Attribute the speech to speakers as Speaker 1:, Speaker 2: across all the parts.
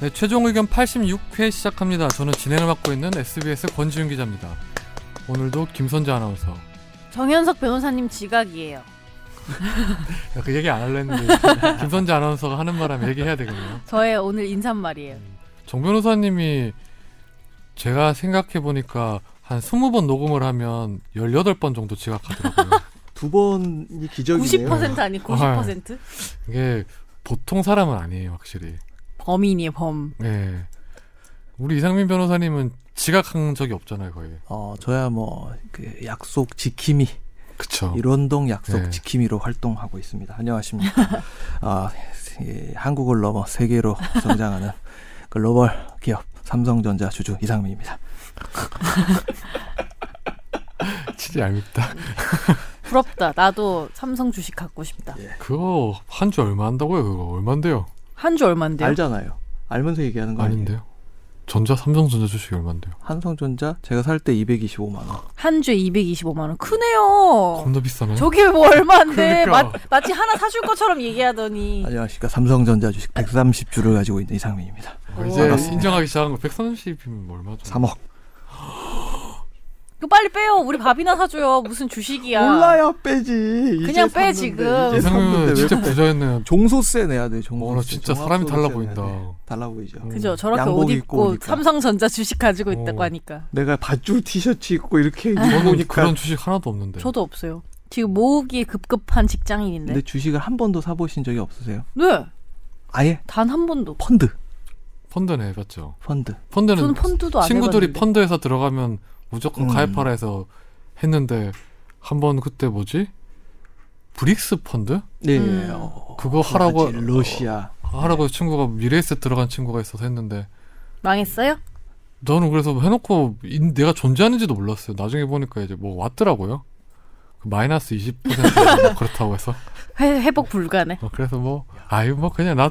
Speaker 1: 네, 최종 의견 86회 시작합니다. 저는 진행을 맡고 있는 SBS 권지윤 기자입니다. 오늘도 김선재 아나운서.
Speaker 2: 정현석 변호사님 지각이에요.
Speaker 1: 야, 그 얘기 안 할려 했는데 김선재 아나운서가 하는 바람에 얘기해야 되거든요.
Speaker 2: 저의 오늘 인사말이에요.
Speaker 1: 정 변호사님이 제가 생각해 보니까 한 20번 녹음을 하면 18번 정도 지각하더라고요.
Speaker 3: 두 번이 기적이네요.
Speaker 2: 90% 아니 90%?
Speaker 1: 이게 보통 사람은 아니에요, 확실히.
Speaker 2: 범인이에요 범.
Speaker 1: 네. 우리 이상민 변호사님은 지각한 적이 없잖아요, 거의.
Speaker 3: 어, 저야 뭐 그 약속 지킴이
Speaker 1: 그쵸.
Speaker 3: 일원동 약속
Speaker 1: 네.
Speaker 3: 지킴이로 활동하고 있습니다. 안녕하십니까? 아, 예, 한국을 넘어 세계로 성장하는 글로벌 기업 삼성전자 주주 이상민입니다.
Speaker 1: 진짜 얄밉다.
Speaker 2: 부럽다. 나도 삼성 주식 갖고 싶다.
Speaker 1: 그거 한 주 얼마 한다고요, 그거? 얼만데요?
Speaker 2: 한 주 얼만데요?
Speaker 3: 알잖아요. 알면서 얘기하는 거 아닌데.
Speaker 1: 네. 아닌데요? 전자 삼성전자 주식이 얼만데요?
Speaker 3: 한성전자 제가 살 때 225만 원.
Speaker 2: 한 주에 225만 원. 크네요.
Speaker 1: 겁나 비싸네.
Speaker 2: 어. 저게 뭐 얼마인데
Speaker 1: 그러니까.
Speaker 2: 마, 마치 하나 사줄 것처럼 얘기하더니
Speaker 3: 안녕하십니까? 삼성전자 주식 130주를 가지고 있는 이상민입니다.
Speaker 2: 뭐
Speaker 1: 어, 이제
Speaker 2: 네.
Speaker 3: 알았습니다.
Speaker 1: 인정하기 시작한 거 130이면 얼마죠?
Speaker 3: 3억.
Speaker 2: 그 빨리 빼요. 우리 밥이나 사줘요. 무슨 주식이야.
Speaker 3: 몰라야 빼지.
Speaker 2: 그냥 빼, 지금.
Speaker 3: 이제 샀는데
Speaker 1: 이상민은
Speaker 3: 왜
Speaker 1: 진짜 부자였네요.
Speaker 3: 종소세 내야 돼.
Speaker 1: 어, 나
Speaker 3: 종소세.
Speaker 1: 진짜 사람이
Speaker 3: 종합소득세
Speaker 1: 달라
Speaker 3: 내야
Speaker 1: 보인다.
Speaker 3: 돼. 달라 보이죠.
Speaker 1: 음.
Speaker 2: 그죠? 저렇게 옷
Speaker 3: 양복
Speaker 2: 입고,
Speaker 3: 입고 오니까.
Speaker 2: 삼성전자 주식 가지고 있다고
Speaker 1: 어.
Speaker 2: 하니까.
Speaker 3: 내가 밧줄 티셔츠 입고 이렇게 입고
Speaker 1: 저는
Speaker 3: 오니까
Speaker 1: 아, 그런 주식 하나도 없는데.
Speaker 2: 저도 없어요. 지금 모으기에 급급한 직장인인데.
Speaker 1: 네.
Speaker 3: 근데 주식을 한 번도 사보신 적이 없으세요?
Speaker 2: 네.
Speaker 3: 아예
Speaker 2: 단 한 번도.
Speaker 3: 펀드
Speaker 1: 펀드네, 맞죠?
Speaker 3: 펀드
Speaker 1: 펀드는
Speaker 2: 저는 펀드도 안
Speaker 1: 친구들이
Speaker 2: 해봤는데.
Speaker 1: 펀드에서 들어가면 무조건
Speaker 3: 음.
Speaker 1: 가입하라 해서 했는데 한 번 그때 뭐지? 브릭스 펀드?
Speaker 3: 네
Speaker 2: 음.
Speaker 3: 어,
Speaker 1: 그거 하라고
Speaker 3: 브라질, 러시아
Speaker 1: 하라고 친구가 미래에셋 들어간 친구가 있어서 했는데
Speaker 2: 망했어요?
Speaker 1: 저는 그래서 해놓고 인- 내가 존재하는지도 몰랐어요. 나중에 보니까 이제 뭐 왔더라고요. 그 마이너스 20% 그렇다고 해서
Speaker 2: 회, 회복 불가네.
Speaker 1: 어, 그래서 뭐 아유 뭐 그냥 나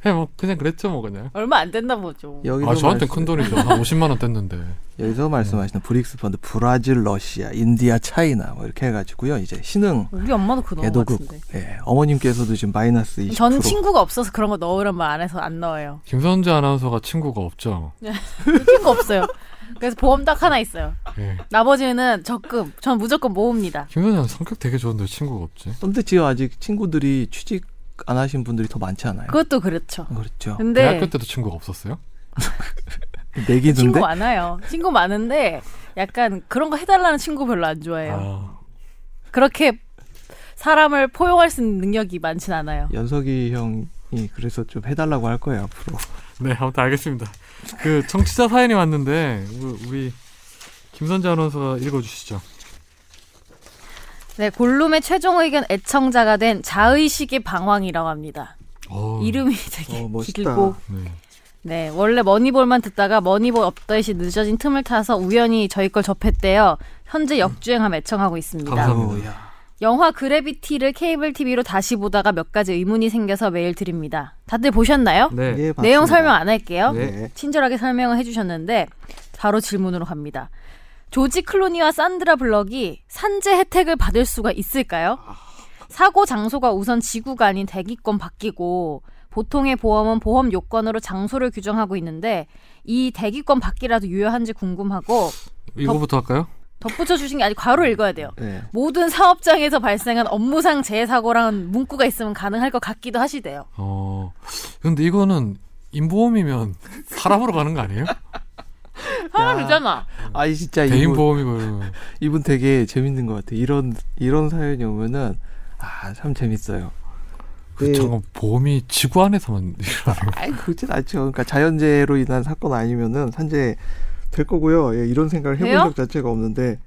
Speaker 1: 그냥 뭐 그냥 그랬죠 뭐 그냥.
Speaker 2: 얼마 안 됐나 보죠.
Speaker 3: 여기서
Speaker 1: 아 저한테 큰
Speaker 3: 말씀-
Speaker 1: 돈이죠. 네. 한 50만 원 뗐는데.
Speaker 3: 여기서 말씀하시는 브릭스 펀드 브라질 러시아 인디아 차이나 뭐 이렇게 해가지고요 이제 신흥
Speaker 2: 우리 엄마도 그거 넣은 것
Speaker 3: 개도국
Speaker 2: 같은데.
Speaker 3: 예 어머님께서도 지금 마이너스 20%
Speaker 2: 전 친구가 없어서 그런 거 넣으란 말 안 해서 안 넣어요.
Speaker 1: 김선재 아나운서가 친구가 없죠.
Speaker 2: 네. 친구 없어요. 그래서 보험 딱 하나 있어요.
Speaker 1: 예.
Speaker 2: 나머지는 적금. 전 무조건 모읍니다.
Speaker 1: 김선재 아나운서 성격 되게 좋은데 왜 친구가 없지?
Speaker 3: 근데 지금 아직 친구들이 취직 안 하신 분들이 더 많지 않아요?
Speaker 2: 그것도 그렇죠.
Speaker 3: 그렇죠
Speaker 1: 음,
Speaker 2: 근데
Speaker 1: 대학교 때도 친구가 없었어요?
Speaker 3: 내기는데
Speaker 2: 친구 많아요. 친구 많은데 약간 그런 거 해달라는 친구 별로 안 좋아해요.
Speaker 1: 아,
Speaker 2: 그렇게 사람을 포용할 수 있는 능력이 많진 않아요.
Speaker 3: 연석이 형이 그래서 좀 해달라고 할 거예요 앞으로
Speaker 1: 네 아무튼 알겠습니다. 그 청취자 사연이 왔는데 우리, 우리 김선재 아나운서가 읽어주시죠.
Speaker 2: 네, 골룸의 최종 의견 애청자가 된 자의식의 방황이라고 합니다.
Speaker 1: 어,
Speaker 2: 이름이 되게
Speaker 3: 어, 멋있다.
Speaker 2: 길고
Speaker 1: 네.
Speaker 2: 네, 원래 머니볼만 듣다가 머니볼 업데이트 늦어진 틈을 타서 우연히 저희 걸 접했대요. 현재 역주행함 애청하고 있습니다.
Speaker 1: 감사합니다.
Speaker 3: 아우야.
Speaker 2: 영화 그래비티를 케이블 TV로 다시 보다가 몇 가지 의문이 생겨서 메일 드립니다. 다들 보셨나요?
Speaker 1: 네.
Speaker 3: 예, 맞습니다.
Speaker 2: 내용 설명 안 할게요.
Speaker 3: 네.
Speaker 2: 친절하게 설명을 해주셨는데 바로 질문으로 갑니다. 조지 클로니와 산드라 블럭이 산재 혜택을 받을 수가 있을까요?
Speaker 3: 아.
Speaker 2: 사고 장소가 우선 지구가 아닌 대기권 바뀌고 보통의 보험은 보험 요건으로 장소를 규정하고 있는데 이 대기권 바뀌라도 유효한지 궁금하고
Speaker 1: 이거부터 할까요?
Speaker 2: 덧붙여 주신 게 아니 괄호 읽어야 돼요.
Speaker 3: 네.
Speaker 2: 모든 사업장에서 발생한 업무상 재해 사고랑 문구가 있으면 가능할 것 같기도 하시대요.
Speaker 1: 어. 근데 이거는 인보험이면 사람으로 가는 거 아니에요?
Speaker 2: 사람이잖아.
Speaker 3: 아이 진짜
Speaker 1: 네, 개인
Speaker 3: 이분,
Speaker 1: 보험이고
Speaker 3: 예.
Speaker 1: 이러면.
Speaker 3: 이분 되게 재밌는 것 같아. 이런 이런 사연이 오면은 아 참 재밌어요.
Speaker 1: 그 잠깐 보험이 지구 안에서만 일어나요.
Speaker 3: 아이 그렇진 않죠. 그러니까 자연재해로 인한 사건 아니면은 산재 될 거고요. 예, 이런 생각을 해본
Speaker 2: 돼요?
Speaker 3: 적 자체가 없는데.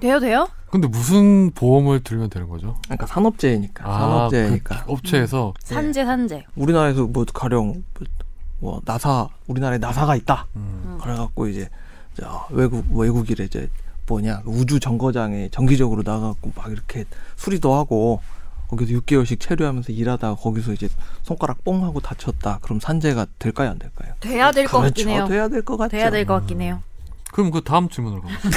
Speaker 2: 돼요, 돼요?
Speaker 1: 근데 무슨 보험을 들면 되는 거죠?
Speaker 3: 그러니까 산업재해니까. 산업재해니까.
Speaker 1: 그 업체에서
Speaker 3: 네.
Speaker 2: 산재 산재.
Speaker 3: 우리나라에서 뭐 가령 뭐, 뭐 나사 우리나라에 나사가 있다.
Speaker 1: 음.
Speaker 3: 그래갖고 이제 저 외국 외국이래 이제 뭐냐 그 우주 정거장에 정기적으로 나가고 막 이렇게 수리도 하고 거기서 6개월씩 체류하면서 일하다가 거기서 이제 손가락 뽕 하고 다쳤다. 그럼 산재가 될까요 안 될까요?
Speaker 2: 돼야 될 것 같긴 해요.
Speaker 3: 그렇죠. 돼야 될 것 같죠.
Speaker 2: 돼야 될 것 같긴 해요.
Speaker 3: 음.
Speaker 1: 그럼 그 다음 질문으로 가보세요.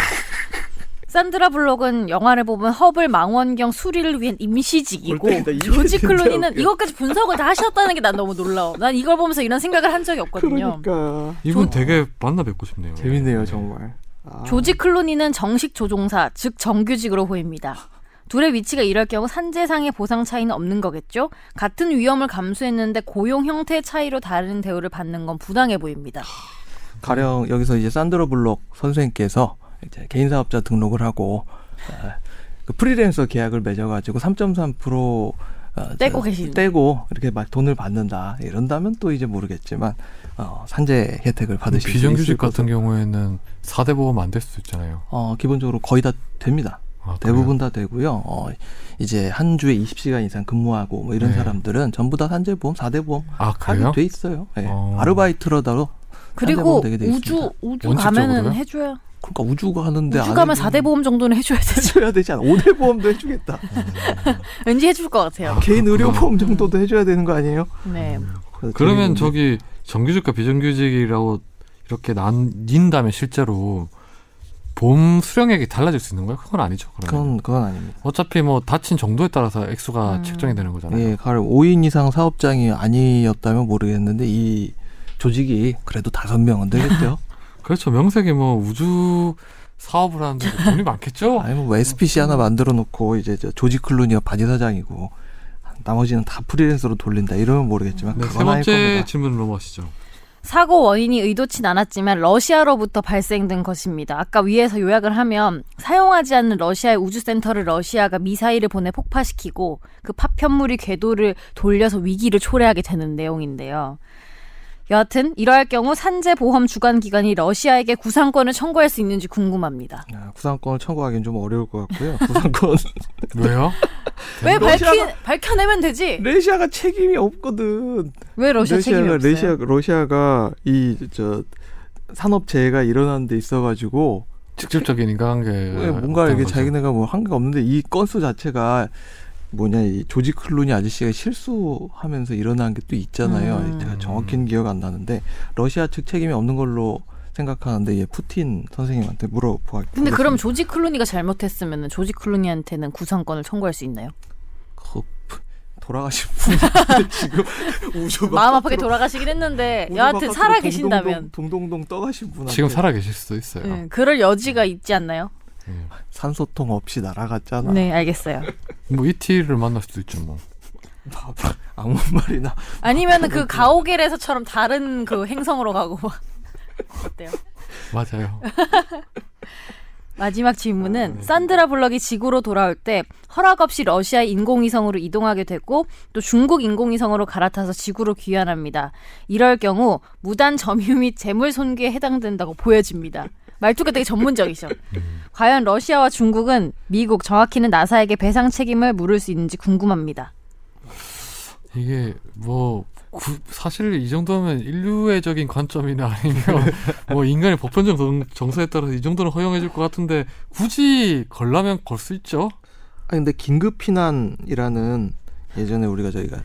Speaker 2: 산드라 블록은 영화를 보면 허블 망원경 수리를 위한 임시직이고
Speaker 4: 올 때인데 이게
Speaker 2: 조지
Speaker 4: 진짜
Speaker 2: 클로니는
Speaker 4: 웃겨.
Speaker 2: 이것까지 분석을 다 하셨다는 게 난 너무 놀라워. 난 이걸 보면서 이런 생각을 한 적이 없거든요.
Speaker 4: 그러니까
Speaker 1: 이분 되게 만나 뵙고 싶네요.
Speaker 3: 재밌네요 정말.
Speaker 4: 아,
Speaker 2: 조지 클로니는 정식 조종사, 즉 정규직으로 보입니다. 둘의 위치가 이럴 경우 산재상의 보상 차이는 없는 거겠죠? 같은 위험을 감수했는데 고용 형태 차이로 다른 대우를 받는 건 부당해 보입니다.
Speaker 3: 아, 가령 여기서 이제 산드라 블록 선생님께서 이제 개인 사업자 등록을 하고 어, 그 프리랜서 계약을 맺어가지고 3.3% 어,
Speaker 2: 떼고
Speaker 3: 저,
Speaker 2: 계신.
Speaker 3: 떼고 이렇게 막 돈을 받는다 이런다면 또 이제 모르겠지만 어, 산재 혜택을 받으실 수 있을
Speaker 1: 비정규직 같은
Speaker 3: 것으로.
Speaker 1: 경우에는 4대 보험 안 될 수도 있잖아요.
Speaker 3: 어, 기본적으로 거의 다 됩니다.
Speaker 1: 아, 그래요?
Speaker 3: 대부분 다 되고요. 어, 이제 한 주에 20시간 이상 근무하고 뭐 이런
Speaker 1: 네.
Speaker 3: 사람들은 전부 다 산재보험, 4대 보험
Speaker 1: 아
Speaker 3: 가입
Speaker 1: 그래요?
Speaker 3: 돼 있어요. 예.
Speaker 1: 어.
Speaker 3: 아르바이트로다로
Speaker 2: 그리고
Speaker 3: 산재보험 되게 돼
Speaker 2: 우주
Speaker 3: 있습니다.
Speaker 2: 우주
Speaker 1: 원칙적으로요?
Speaker 2: 가면은 해줘야
Speaker 3: 그러니까 우주가 하는데
Speaker 2: 우주 가면
Speaker 3: 안 해주면
Speaker 2: 4대 보험 정도는 해줘야 되지.
Speaker 3: 해줘야 되지 않아? 5대 보험도 해주겠다.
Speaker 2: 왠지 해줄 것 같아요.
Speaker 3: 개인 의료
Speaker 1: 아, 그렇구나. 음.
Speaker 3: 보험 정도도 해줘야 되는 거 아니에요?
Speaker 2: 네.
Speaker 3: 그래서 재밌는데.
Speaker 1: 그러면 저기 정규직과 비정규직이라고 이렇게 나뉜다면 실제로 보험 수령액이 달라질 수 있는 거예요? 그건 아니죠. 그러면
Speaker 3: 그건 그건 아닙니다.
Speaker 1: 어차피 뭐 다친 정도에 따라서 액수가
Speaker 2: 음.
Speaker 1: 책정이 되는 거잖아요.
Speaker 3: 예, 가령 5인 이상 사업장이 아니었다면 모르겠는데 이 조직이 그래도 다섯 명은 되겠죠.
Speaker 1: 그렇죠. 명색이 뭐 우주 사업을 하는데 뭐 돈이 많겠죠.
Speaker 3: 아니 뭐 SPC 하나 만들어 놓고 이제 저 조지 클루니가 바지 사장이고 나머지는 다 프리랜서로 돌린다 이러면 모르겠지만
Speaker 1: 네, 세
Speaker 3: 그건 아닐
Speaker 1: 번째
Speaker 3: 겁니다.
Speaker 1: 질문 넘어가시죠.
Speaker 2: 사고 원인이 의도치 않았지만 러시아로부터 발생된 것입니다. 아까 위에서 요약을 하면 사용하지 않는 러시아의 우주센터를 러시아가 미사일을 보내 폭파시키고 그 파편물이 궤도를 돌려서 위기를 초래하게 되는 내용인데요. 여하튼 이러할 경우 산재보험 주관기관이 러시아에게 구상권을 청구할 수 있는지 궁금합니다.
Speaker 3: 아, 구상권을 청구하기는 좀 어려울 것 같고요. 구상권
Speaker 1: 왜요?
Speaker 2: 왜 밝히,
Speaker 3: 네. 러시아가-
Speaker 2: 밝혀내면 되지?
Speaker 3: 러시아가 책임이 없거든.
Speaker 2: 왜 러시아 책임이 없어요?
Speaker 3: 러시아 러시아가 이 저 산업재해가 일어나는 데 있어가지고
Speaker 1: 직접적인 인간관계
Speaker 3: 왜 뭔가 이게 자기네가 뭐 한 게 없는데 이 건수 자체가 뭐냐 이 조지 클루니 아저씨가 실수하면서 일어난 게 또 있잖아요.
Speaker 2: 음.
Speaker 3: 제가 정확히는 기억 안 나는데 러시아 측 책임이 없는 걸로 생각하는데 예, 푸틴 선생님한테 물어보고.
Speaker 2: 근데 그럼 조지 클루니가 잘못했으면 조지 클루니한테는 구상권을 청구할 수 있나요?
Speaker 3: 그, 돌아가신 분 지금 우주
Speaker 2: 마음
Speaker 3: 바깥으로-
Speaker 2: 아프게 돌아가시긴 했는데
Speaker 3: 우주
Speaker 2: 여하튼
Speaker 3: 바깥으로
Speaker 2: 살아 계신다면 예,
Speaker 3: 동동동, 동동동 떠가신 분
Speaker 1: 지금 살아 계실 수도 있어요.
Speaker 2: 그럴 여지가 있지 않나요?
Speaker 1: 예.
Speaker 3: 산소통 없이 날아갔잖아.
Speaker 2: 네 알겠어요.
Speaker 1: 뭐 이티를 만날 수도 있죠 뭐.
Speaker 3: 아무 말이나
Speaker 2: 아니면 그 가오갤에서처럼 다른 그 행성으로 가고 막 어때요?
Speaker 1: 맞아요.
Speaker 2: 마지막
Speaker 3: 아,
Speaker 2: 질문은
Speaker 3: 네.
Speaker 2: 산드라 블럭이 지구로 돌아올 때 허락 없이 러시아 인공위성으로 이동하게 되고 또 중국 인공위성으로 갈아타서 지구로 귀환합니다. 이럴 경우 무단 점유 및 재물 손괴에 해당된다고 보여집니다. 말투가 되게 전문적이죠.
Speaker 3: 음.
Speaker 2: 과연 러시아와 중국은 미국 정확히는 나사에게 배상 책임을 물을 수 있는지 궁금합니다.
Speaker 1: 이게 뭐 구- 사실 이 정도면 인류애적인 관점이나 아니면 뭐 인간의 보편적 정- 정서에 따라서 이 정도는 허용해줄 것 같은데 굳이 걸라면 걸 수 있죠.
Speaker 3: 아니 근데 긴급 피난이라는 예전에 우리가 저희가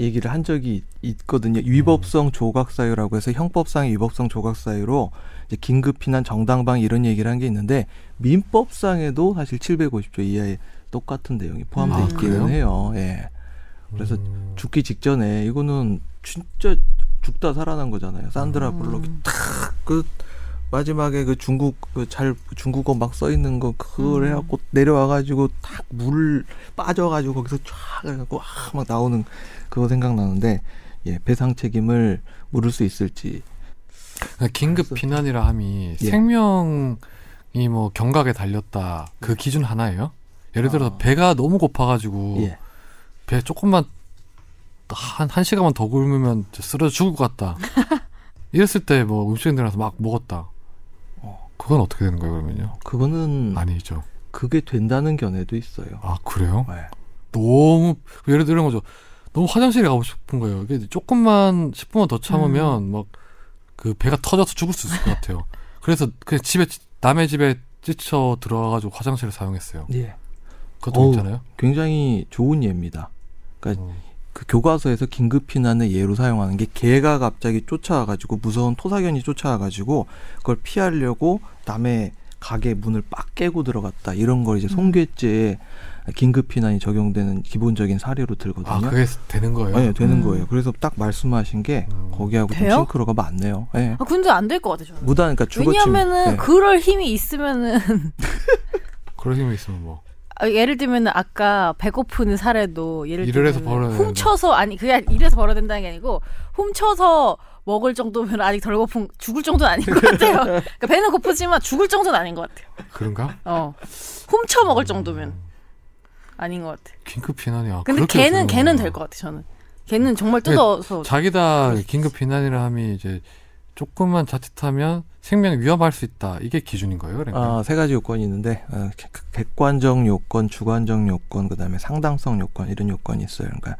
Speaker 3: 얘기를 한 적이 있- 있거든요. 위법성 조각 사유라고 해서 형법상의 위법성 조각 사유로 이제 긴급 피난 정당방 이런 얘기를 한 게 있는데 민법상에도 사실 750조 이하의 똑같은 내용이 포함되어
Speaker 1: 아,
Speaker 3: 있기는
Speaker 1: 그래요?
Speaker 3: 해요. 예. 그래서 죽기 직전에 이거는 진짜 죽다 살아난 거잖아요. 산드라 블록이
Speaker 2: 음.
Speaker 3: 탁그 마지막에 그 중국 그 잘 중국어 막 써 있는 거 그걸 해갖고 내려와가지고 탁 물 빠져가지고 거기서 쫙 해갖고 아 막 나오는 그거 생각나는데 예 배상 책임을 물을 수 있을지
Speaker 1: 긴급 피난이라 함이
Speaker 3: 예.
Speaker 1: 생명이 뭐 경각에 달렸다 그 기준 하나예요. 예를 들어서
Speaker 3: 아.
Speaker 1: 배가 너무 고파가지고
Speaker 3: 예
Speaker 1: 배 조금만 한, 한 시간만 더 굶으면 저 쓰러져 죽을 것 같다. 이랬을 때 뭐 음식점 들어가서 막 먹었다.
Speaker 3: 어.
Speaker 1: 그건 어떻게 되는 거예요, 그러면요?
Speaker 3: 그거는
Speaker 1: 아니죠.
Speaker 3: 그게 된다는 견해도 있어요.
Speaker 1: 아, 그래요?
Speaker 3: 예.
Speaker 1: 너무, 그 예를 들어 이런 거죠. 너무 화장실에 가고 싶은 거예요. 이게 조금만, 10분만 더 참으면 막 그 배가 터져서 죽을 수 있을 것 같아요. 그래서 그냥 집에, 남의 집에 찢쳐 들어가가지고 화장실을 사용했어요.
Speaker 3: 예
Speaker 1: 그것도
Speaker 3: 어우.
Speaker 1: 있잖아요.
Speaker 3: 굉장히 좋은 예입니다.
Speaker 1: 어.
Speaker 3: 그 교과서에서 긴급 피난의 예로 사용하는 게 개가 갑자기 쫓아와가지고 무서운 토사견이 쫓아와가지고 그걸 피하려고 남의 가게 문을 빡 깨고 들어갔다 이런 걸 이제
Speaker 2: 음.
Speaker 3: 송괴죄에 긴급 피난이 적용되는 기본적인 사례로 들거든요.
Speaker 1: 아 그게 되는 거예요?
Speaker 3: 네, 되는
Speaker 2: 음.
Speaker 3: 거예요. 그래서 딱 말씀하신 게
Speaker 1: 음.
Speaker 3: 거기하고 좀
Speaker 2: 돼요?
Speaker 3: 싱크로가 맞네요. 예.
Speaker 2: 아, 근데 안 될 것 같아 저는.
Speaker 3: 무단 그러니까 주거 침입.
Speaker 2: 왜냐하면은
Speaker 3: 예.
Speaker 2: 그럴 힘이 있으면은
Speaker 1: 그런 힘이 있으면 뭐
Speaker 2: 아, 예를 들면 아까 배고픈 사례도 예를
Speaker 1: 일을 해서
Speaker 2: 들면은
Speaker 1: 벌어야
Speaker 2: 훔쳐서 아니 그게 아니- 일해서 벌어야 된다는 게 아니고 훔쳐서 먹을 정도면 아직 덜 고픈 죽을 정도는 아닌 것 같아요. 그러니까 배는 고프지만 죽을 정도는 아닌 것 같아요.
Speaker 1: 그런가?
Speaker 2: 어 훔쳐 먹을 정도면 아닌 것 같아.
Speaker 1: 긴급 피난이야.
Speaker 2: 근데
Speaker 1: 그렇게
Speaker 2: 걔는
Speaker 1: 되는
Speaker 2: 걔는
Speaker 1: 거구나.
Speaker 2: 될 것 같아 저는. 걔는 정말 뜯어서
Speaker 1: 자기다 긴급 피난이라 함이 이제 조금만 자칫하면 생명 이 위험할 수 있다. 이게 기준인 거예요, 그러니까.
Speaker 3: 아, 세 가지 요건이 있는데 어, 객- 객관적 요건, 주관적 요건, 그다음에 상당성 요건 이런 요건이 있어요. 그러니까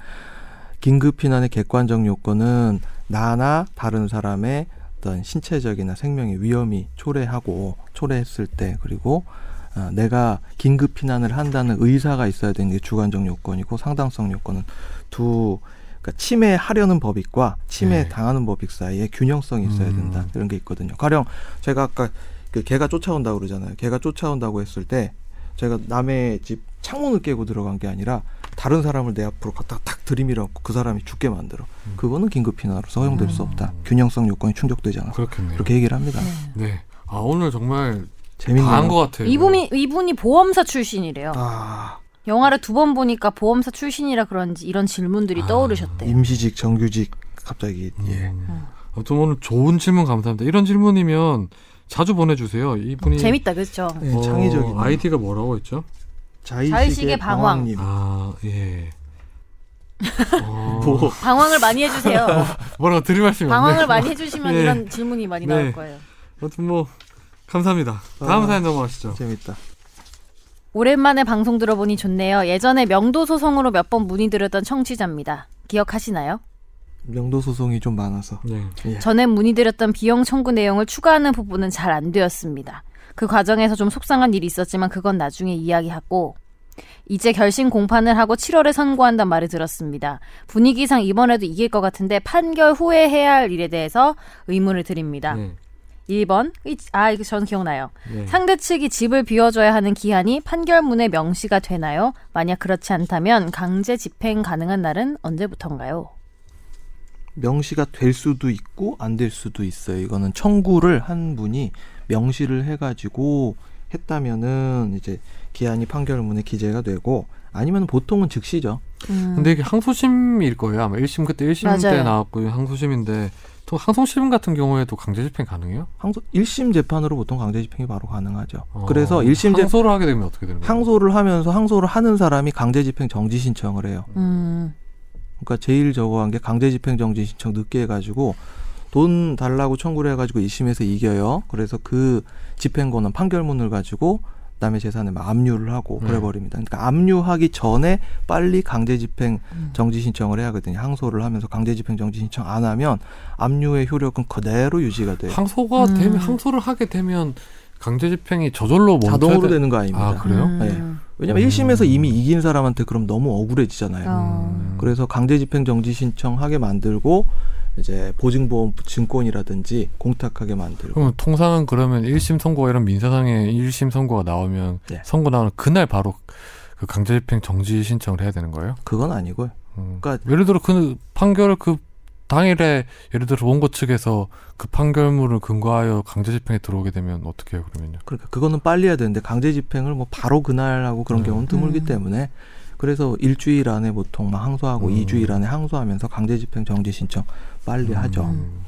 Speaker 3: 긴급 피난의 객관적 요건은 나나 다른 사람의 어떤 신체적이나 생명의 위험이 초래하고 초래했을 때 그리고 어, 내가 긴급 피난을 한다는 의사가 있어야 되는 게 주관적 요건이고 상당성 요건은 두 그러니까 침해하려는 법익과 침해
Speaker 1: 네.
Speaker 3: 당하는 법익 사이에 균형성이 있어야
Speaker 1: 음.
Speaker 3: 된다 이런 게 있거든요. 가령 제가 아까 그 개가 쫓아온다고 그러잖아요. 개가 쫓아온다고 했을 때 제가 남의 집 창문을 깨고 들어간 게 아니라 다른 사람을 내 앞으로 갖다 탁 들이밀어 그 사람이 죽게 만들어.
Speaker 1: 음.
Speaker 3: 그거는 긴급 피난으로 허용될 수
Speaker 1: 음.
Speaker 3: 없다. 균형성 요건이 충족되지 않아.
Speaker 1: 그렇겠네요.
Speaker 3: 그렇게 얘기를 합니다.
Speaker 1: 네. 아, 오늘 정말 다한
Speaker 3: 재밌네요.
Speaker 1: 것 같아요.
Speaker 2: 이분이 이분이 보험사 출신이래요.
Speaker 3: 아,
Speaker 2: 영화를 두 번 보니까 보험사 출신이라 그런지 이런 질문들이
Speaker 1: 아,
Speaker 2: 떠오르셨대요.
Speaker 3: 임시직, 정규직 갑자기 예.
Speaker 2: 어.
Speaker 1: 음. 아무튼 오늘 좋은 질문 감사합니다. 이런 질문이면 자주 보내주세요. 이분이 어,
Speaker 2: 재밌다 그렇죠.
Speaker 3: 예, 창의적인
Speaker 1: 아이디가 뭐라고 했죠?
Speaker 2: 자의식의
Speaker 3: 자의식의
Speaker 2: 방황.
Speaker 3: 방황님.
Speaker 1: 아 예. 어,
Speaker 3: 뭐
Speaker 2: 방황을 많이 해주세요.
Speaker 1: 뭐라고 드릴 말씀이 없네요.
Speaker 2: 방황을 많이 해주시면
Speaker 1: 네.
Speaker 2: 이런 질문이 많이
Speaker 1: 네.
Speaker 2: 나올 거예요.
Speaker 1: 아무튼 뭐 감사합니다. 다음
Speaker 3: 아.
Speaker 1: 사연 넘어가시죠.
Speaker 3: 재밌다.
Speaker 2: 오랜만에 방송 들어보니 좋네요. 예전에 명도 소송으로 몇 번 문의드렸던 청취자입니다. 기억하시나요?
Speaker 3: 명도 소송이 좀 많아서
Speaker 1: 네.
Speaker 2: 전에 문의드렸던 비용 청구 내용을 추가하는 부분은 잘 안 되었습니다. 그 과정에서 좀 속상한 일이 있었지만 그건 나중에 이야기하고 이제 결심 공판을 하고 7월에 선고한단 말을 들었습니다. 분위기상 이번에도 이길 것 같은데 판결 후에 해야 할 일에 대해서 의문을 드립니다.
Speaker 1: 네.
Speaker 2: 1번 아 이거 저는 기억나요.
Speaker 1: 네.
Speaker 2: 상대 측이 집을 비워줘야 하는 기한이 판결문에 명시가 되나요? 만약 그렇지 않다면 강제 집행 가능한 날은 언제부턴가요?
Speaker 3: 명시가 될 수도 있고 안 될 수도 있어요. 이거는 청구를 한 분이 명시를 해가지고 했다면은 이제 기한이 판결문에 기재가 되고 아니면 보통은 즉시죠.
Speaker 2: 음,
Speaker 1: 근데 이게 항소심일 거예요. 아마 1심 그때 1심 때
Speaker 2: 맞아요.
Speaker 1: 나왔고 항소심인데 또 항소심 같은 경우에도 강제 집행 가능해요?
Speaker 3: 항소 1심 재판으로 보통 강제 집행이 바로 가능하죠.
Speaker 1: 어,
Speaker 3: 그래서 1심 재
Speaker 1: 항소를 하게 되면 어떻게 되는 거예요?
Speaker 3: 항소를 하면서 항소를 하는 사람이 강제 집행 정지 신청을 해요.
Speaker 2: 음,
Speaker 3: 그러니까 제일 저거한 게 강제 집행 정지 신청 늦게 해가지고 돈 달라고 청구를 해가지고 1심에서 이겨요. 그래서 그 집행권은 판결문을 가지고 남의 재산에 막 압류를 하고
Speaker 1: 네.
Speaker 3: 그래버립니다. 그러니까 압류하기 전에 빨리 강제 집행
Speaker 2: 음.
Speaker 3: 정지 신청을 해야 하거든요. 항소를 하면서 강제 집행 정지 신청 안 하면 압류의 효력은 그대로 유지가 돼요.
Speaker 1: 항소가
Speaker 2: 음.
Speaker 1: 되면 항소를 하게 되면 강제 집행이 저절로 멈춰야
Speaker 3: 자동으로
Speaker 1: 돼-
Speaker 3: 되는 거 아닙니다.
Speaker 1: 아, 그래요?
Speaker 3: 왜냐면
Speaker 1: 음.
Speaker 3: 1심에서 이미 이긴 사람한테 그럼 너무 억울해지잖아요.
Speaker 2: 어.
Speaker 1: 음.
Speaker 3: 그래서 강제집행정지 신청하게 만들고 이제 보증보험 증권이라든지 공탁하게 만들고
Speaker 1: 그러면 통상은 그러면 1심 선고 이런 민사상의 1심 선고가 나오면
Speaker 3: 네.
Speaker 1: 선고 나오는 그날 바로 그 강제 집행 정지 신청을 해야 되는 거예요?
Speaker 3: 그건 아니고요.
Speaker 1: 음.
Speaker 3: 그러니까
Speaker 1: 예를 들어 그 판결을 그 당일에 예를 들어 원고 측에서 그 판결문을 근거하여 강제 집행에 들어오게 되면 어떻게 해요 그러면요?
Speaker 3: 그러니까 그거는 빨리 해야 되는데 강제집행을 뭐 바로 그날 하고 그런
Speaker 1: 음.
Speaker 3: 경우는 드물기
Speaker 2: 음.
Speaker 3: 때문에 그래서 일주일 안에 보통 막 항소하고
Speaker 1: 음.
Speaker 3: 이 2주일 안에 항소하면서 강제집행정지 신청 빨리 하죠.
Speaker 1: 음.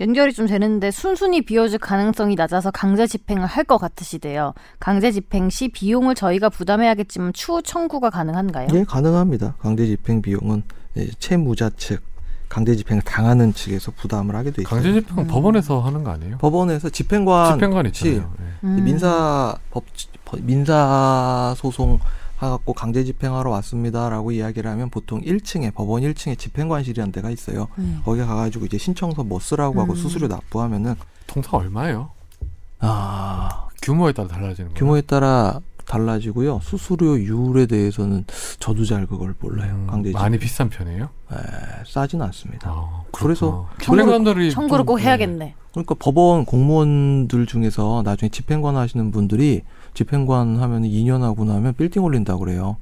Speaker 2: 연결이 좀 되는데 순순히 비워줄 가능성이 낮아서 강제 집행을 할 것 같으시대요. 강제 집행 시 비용을 저희가 부담해야겠지만 추후 청구가 가능한가요?
Speaker 1: 네.
Speaker 3: 예, 가능합니다. 강제집행 비용은 예, 채무자 측, 강제집행을 당하는 측에서 부담을 하게 돼 있어요.
Speaker 1: 강제 집행은
Speaker 2: 음.
Speaker 1: 법원에서 하는 거 아니에요?
Speaker 3: 법원에서 집행관
Speaker 1: 집행관
Speaker 3: 혹시
Speaker 1: 있잖아요. 예.
Speaker 2: 음.
Speaker 3: 민사 법 법- 민사 소송 하갖고 강제 집행하러 왔습니다라고 이야기를 하면 보통 1층에 법원 1층에 집행관실이란 데가 있어요.
Speaker 2: 음.
Speaker 3: 거기 가가지고 이제 신청서 뭐 쓰라고 하고
Speaker 2: 음.
Speaker 3: 수수료 납부하면은
Speaker 1: 통상 얼마예요?
Speaker 3: 아
Speaker 1: 규모에 따라 달라지는 거예요.
Speaker 3: 규모에 따라 달라지고요. 수수료율에 대해서는 저도 잘 그걸 몰라요.
Speaker 1: 음,
Speaker 3: 강제 집행 예,
Speaker 1: 많이 비싼 편이에요?
Speaker 3: 싸진 않습니다.
Speaker 1: 아,
Speaker 3: 그래서
Speaker 1: 그래서 사람들이
Speaker 2: 청구를
Speaker 1: 좀-
Speaker 2: 꼭
Speaker 1: 예.
Speaker 2: 해야겠네.
Speaker 3: 그러니까 법원 공무원들 중에서 나중에 집행관 하시는 분들이 집행관 하면 2년 하고 나면 빌딩 올린다 그래요.